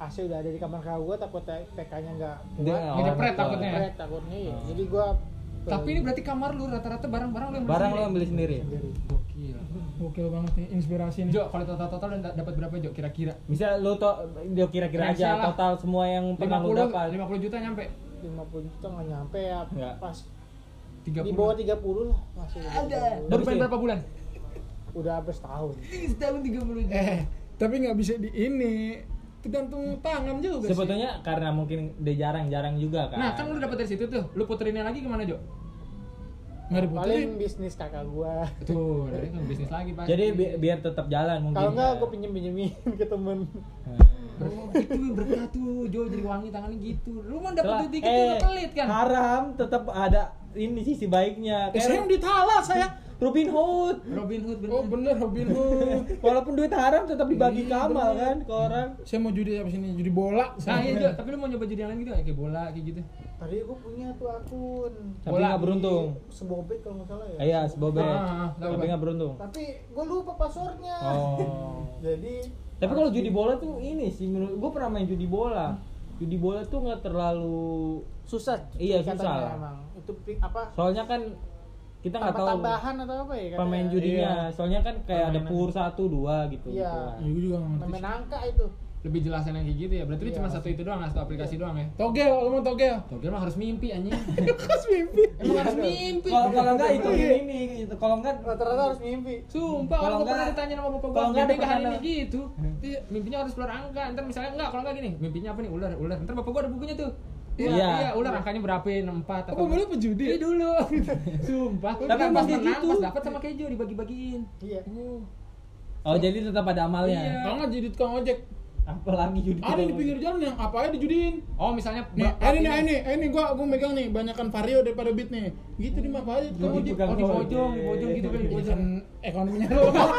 D: AC udah ada di kamar kakak gue takut TK nya nggak
B: Dia
D: kuat
B: orang tua.
C: Ngejepret
B: Oh.
C: takutnya.
D: Jepret takutnya ya jadi gue
C: Tapi ini berarti kamar lu rata-rata barang-barang lu yang
B: Barang lo yang beli sendiri.
C: Gokil.
A: Gokil banget nih inspirasi nih.
C: Jo, kalau total-total lu dapat berapa Jo kira-kira?
B: Misal lo to, lo kira-kira aja
C: Rahasia lah.
B: total semua yang pernah lo
C: 50
B: dapat.
C: 50 juta nyampe.
D: 50 juta nggak nyampe ya
B: Nggak.
D: pas
C: 30.
D: di bawah 30 lah masih ada
C: Baru
B: Habis
C: main
B: ya?
C: berapa bulan?
D: udah habis tahun
C: Setahun 30
A: Eh, tapi nggak bisa di ini tergantung tangan juga sih.
B: Sebetulnya karena mungkin dia jarang-jarang juga kan.
C: Nah, kan lu dapat dari situ tuh. Lu puterinnya lagi kemana, Jo?
A: nggak dibutuhin.
D: paling bisnis kakak gue
C: Tuh, dari itu bisnis lagi pasti.
B: Jadi bi- biar tetap jalan mungkin. Nah.
D: kalau nggak
B: ya.
D: gue pinjem pinjemin [LAUGHS] ke temen
C: Oh, itu berkah tuh, Jo jadi wangi tangannya gitu. Lu mah dapat duit dikit
B: Setelah-
C: juga pelit kan?
B: Eh, Haram tetap ada ini sisi baiknya.
A: Eh,
C: Iya.
A: saya yang
B: Kayak
A: ditala saya.
B: Robin Hood.
C: Robin Hood bener.
A: Oh bener Robin Hood.
B: Walaupun duit haram tetap dibagi ke
C: Iya,
B: amal kan ke orang.
A: saya mau judi apa sini? Judi bola.
C: Nah,
A: Saya.
C: iya Jo, tapi lu mau nyoba jadi yang lain gitu nggak? kayak bola kayak gitu.
D: tadi gue punya tuh akun
B: Tapi
C: Bola.
B: nggak beruntung.
D: sebobet kalau nggak salah ya
B: Eh, Iya, sebobet.
C: Ah, tahu
B: Tapi
C: gua.
B: nggak beruntung.
D: tapi gue lupa passwordnya
B: Oh.
D: jadi
B: Tapi kalau judi bola tuh ini sih menurut gue pernah main judi bola. Judi bola tuh nggak terlalu
D: susah
B: Iya,
D: katanya
B: susah lah.
D: emang itu pi- apa
B: soalnya kan kita nggak tahu
D: tambahan atau apa
C: gitu
D: ya
B: pemain
D: katanya.
C: Iya.
B: judinya. Soalnya kan kayak ada pur satu dua gitu.
D: Iya.
A: Ya, gue juga nggak ngerti.
D: Pemain angka itu
C: Lebih jelasan yang kayak gitu ya. Berarti lu
D: Iya.
C: cuma satu itu doang, nggak satu aplikasi doang ya.
A: Togel, lo mau togel?
C: Togel mah harus mimpi
B: [LAUGHS]
C: anjing.
A: Kas mimpi.
C: Emang harus mimpi.
B: Iya. Kalau kalau nggak itu ini, itu kalau nggak
D: rata-rata harus mimpi
B: Kalau
C: Sumpah, kalau gua
B: enggak-
C: pernah ditanya sama bapak gua,
B: kalau enggak
C: mimpi
B: ada
C: ke hari ini
B: pertanda.
C: gitu. Dia, Mimpinya harus keluar angka. Ntar misalnya enggak, kalau enggak gini, mimpinya apa nih? Ular, ular. Ntar bapak gua ada bukunya tuh. Iya,
B: Iya.
C: iya, ular angkanya berapa? 64
A: Apa boleh pejudi?
C: Iya dulu. Sumpah.
B: Tapi
C: Ntar
B: emang
C: pas
B: kayak
C: menang,
B: gitu.
C: pas dapat sama keju dibagi-bagiin.
D: iya
B: Oh jadi tetap ada
C: Iya. Gitu
B: amalnya.
A: Kalau nggak jadi tukang ojek.
B: Apalagi judi.
A: Ada di pinggir jalan yang apa aja dijudiin.
C: Oh, misalnya
A: Nih,
C: ba-
A: eh, ini,
C: apinya-
A: eh, ini, eh, ini gua gua megang nih, banyakan vario daripada beat nih. Gitu di mah apa aja tukang ojek.
B: Judi tukang
C: Oh, di
B: ojek.
C: pojong, di pojong gitu kan, di
A: Iya
C: pojong.
A: kan, ekonominya
C: [LAUGHS]
A: lemah.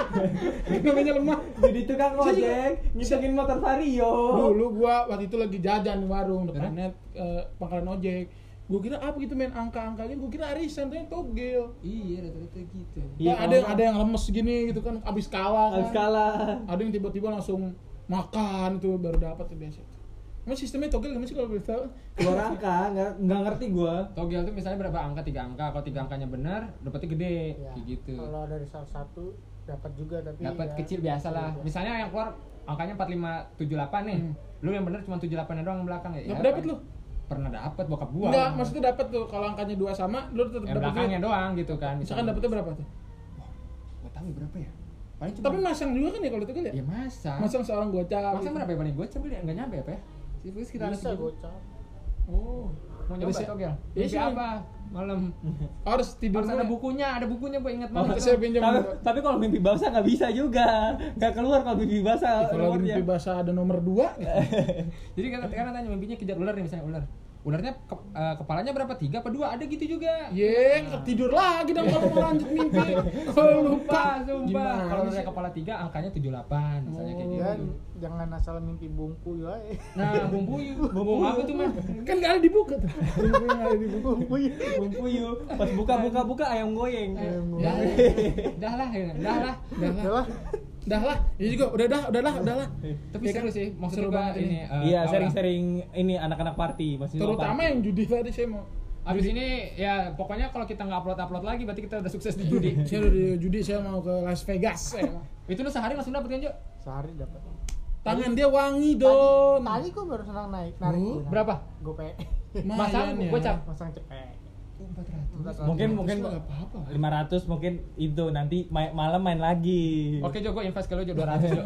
A: ekonominya lemah.
B: Jadi tukang
A: Saya juga-
B: ojek ngitungin motor vario.
A: Dulu gua waktu itu lagi jajan di warung depannya eh, pangkalan ojek. Gua kira apa gitu main angka-angka gitu, gua kira arisan ternyata togel.
C: Iya, rata-rata gitu.
A: Ya,
B: Iya,
A: ada yang
B: kalau
A: ada yang lemes gini gitu kan abis kalah kan.
B: Harus kalah.
A: Ada yang tiba-tiba langsung makan tuh baru dapat tuh biasa. Emang sistemnya togel gimana sih kalau boleh tahu?
B: Keluar angka nggak nggak ngerti gua.
C: Togel tuh misalnya berapa angka? Tiga angka. Kalau tiga angkanya benar, dapatnya gede.
D: Iya.
C: Kayak gitu.
D: kalau dari salah satu dapat juga tapi
C: dapat
D: ya,
C: kecil biasa lah misalnya yang keluar angkanya 4578 nih lu yang bener cuma 78 nya doang yang belakang ya
A: Nggak
C: Ya,
A: dapet lu?
C: pernah dapet bokap gua
A: Enggak, maksudnya dapat tuh kalau angkanya dua sama lu tetap
C: yang
A: dapat.
C: belakangnya
A: duit.
C: doang gitu kan
A: Misalkan dapatnya berapa tuh?
C: gua tahu berapa ya paling cuma
A: Tapi masang juga kan ya kalau togel ya?
C: ya masa masa,
A: Masang seorang gocap. gitu.
C: berapa ya paling gua coba ya nggak nyampe apa ya sih sekitar
D: bisa
C: segitu.
D: gocap
A: Oh.
C: mau nyoba
A: Bisa.
C: togel
A: Iya
C: mimpi
A: sih.
C: apa malam
A: Harus tidur
C: harus
A: dulu
C: ada
A: ya?
C: bukunya ada bukunya gua ingat
A: Oh,
C: banget
A: saya pinjam.
B: Tapi,
A: dulu.
B: tapi kalau mimpi basah nggak bisa juga. Nggak keluar kalau mimpi basah.
A: Kalau
B: nomornya.
A: mimpi bahasa ada nomor dua gitu.
C: jadi kan kan tanya mimpinya kejar ular nih misalnya ular ularnya ke- eh, kepalanya berapa tiga apa dua ada gitu juga
A: Ye, ya, tidur lagi dong kalau mau lanjut mimpi.
C: [LAUGHS]
A: Kalau lupa,
C: Sumpah, sumpah.
A: Gimana
C: Kalau
A: sih? Oh,
C: dari kepala tiga angkanya 78 misalnya kayak gitu.
D: dan jangan asal mimpi bungku
C: [LAUGHS]
D: ya eh.
C: Nah, bumbu
A: [LAUGHS]
C: bumbu apa tuh, Mas?
A: Kan nggak ada dibuka tuh.
D: mimpi yang ada di
C: [LAUGHS]
D: bungku
C: Iya.
D: Iya. ya
B: Bumpuyu. Pas buka buka buka ayam goyeng.
A: [LAUGHS]
C: Dah lah, dah lah, ya, dah lah.
A: Dah lah.
D: Yalah,
A: Dah lah, ya juga udah dah, udah lah, udah lah.
C: Tapi
A: Ya
C: seru
A: kan?
C: sih, maksud
A: Seru
C: gua
A: banget
C: ini. eh,
B: Iya
C: aura.
B: sering-sering ini anak-anak party masih
A: Terutama yang judi tadi saya mau.
C: Abis ini ya pokoknya kalau kita nggak upload upload lagi berarti kita udah sukses di judi.
A: [LAUGHS] Saya udah di judi, saya mau ke Las Vegas. saya mau.
C: Itu lu sehari langsung dapetin Jo.
A: Nah.
D: sehari dapat
A: Tangan dia wangi dong.
D: tadi kok baru senang naik narik
A: Oh,
D: gua.
C: Berapa?
D: gope
C: masang
A: Mayan ya.
C: gocap
D: [LAUGHS] masang cepet
B: mungkin mungkin
A: nggak apa-apa.
B: 500 mungkin itu nanti ma- malam main lagi
C: oke Jo gue invest ke lu Jo 200 Jo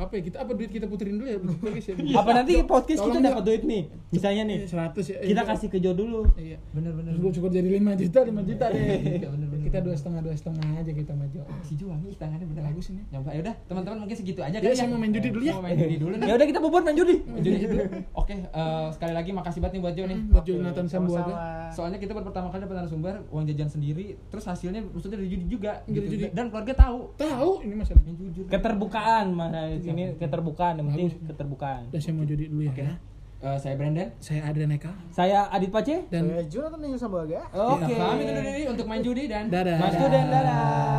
A: Apa ya kita apa duit kita puterin dulu ya? Podcast ya.
B: [LAUGHS] apa nanti podcast kita
A: Tolong,
B: dapat duit nih misalnya nih
A: 100 ya.
B: kita
A: Iya.
B: kasih ke Jo dulu
A: Iya.
C: bener bener
A: Terus gue cukup jadi 5 juta, 5 juta deh.
C: Iya, bener-bener.
A: kita dua setengah, dua setengah aja kita maju.
C: si Jo wangi tangannya bener bagus ini nyoba ya udah teman-teman mungkin segitu aja
A: Iya,
C: kali
A: saya mau main judi dulu ya.
C: Mau main judi dulu nih
B: [LAUGHS] ya udah kita bobot main judi
C: Main judi dulu oke eh, sekali lagi makasih banget nih buat Jo nih
A: Hmm, Buat Jonathan Sambuaga.
C: soalnya kita baru pertama kali dapat narasumber uang jajan sendiri terus hasilnya maksudnya dari judi juga gitu.
A: Dari judi.
C: dan keluarga tahu
A: Tahu ini masalah.
C: yang jujur
B: keterbukaan mas di sini keterbukaan yang penting keterbukaan
A: Udah saya mau jadi dulu ya. ya.
C: Eh, saya Brandon
A: Saya Adrian Eka
B: saya Adit Pace
A: dan
D: Saya Jonathan Sambuaga
B: oke
C: pamit undur diri untuk main judi dan
A: dadah.
B: Mas Duden dadah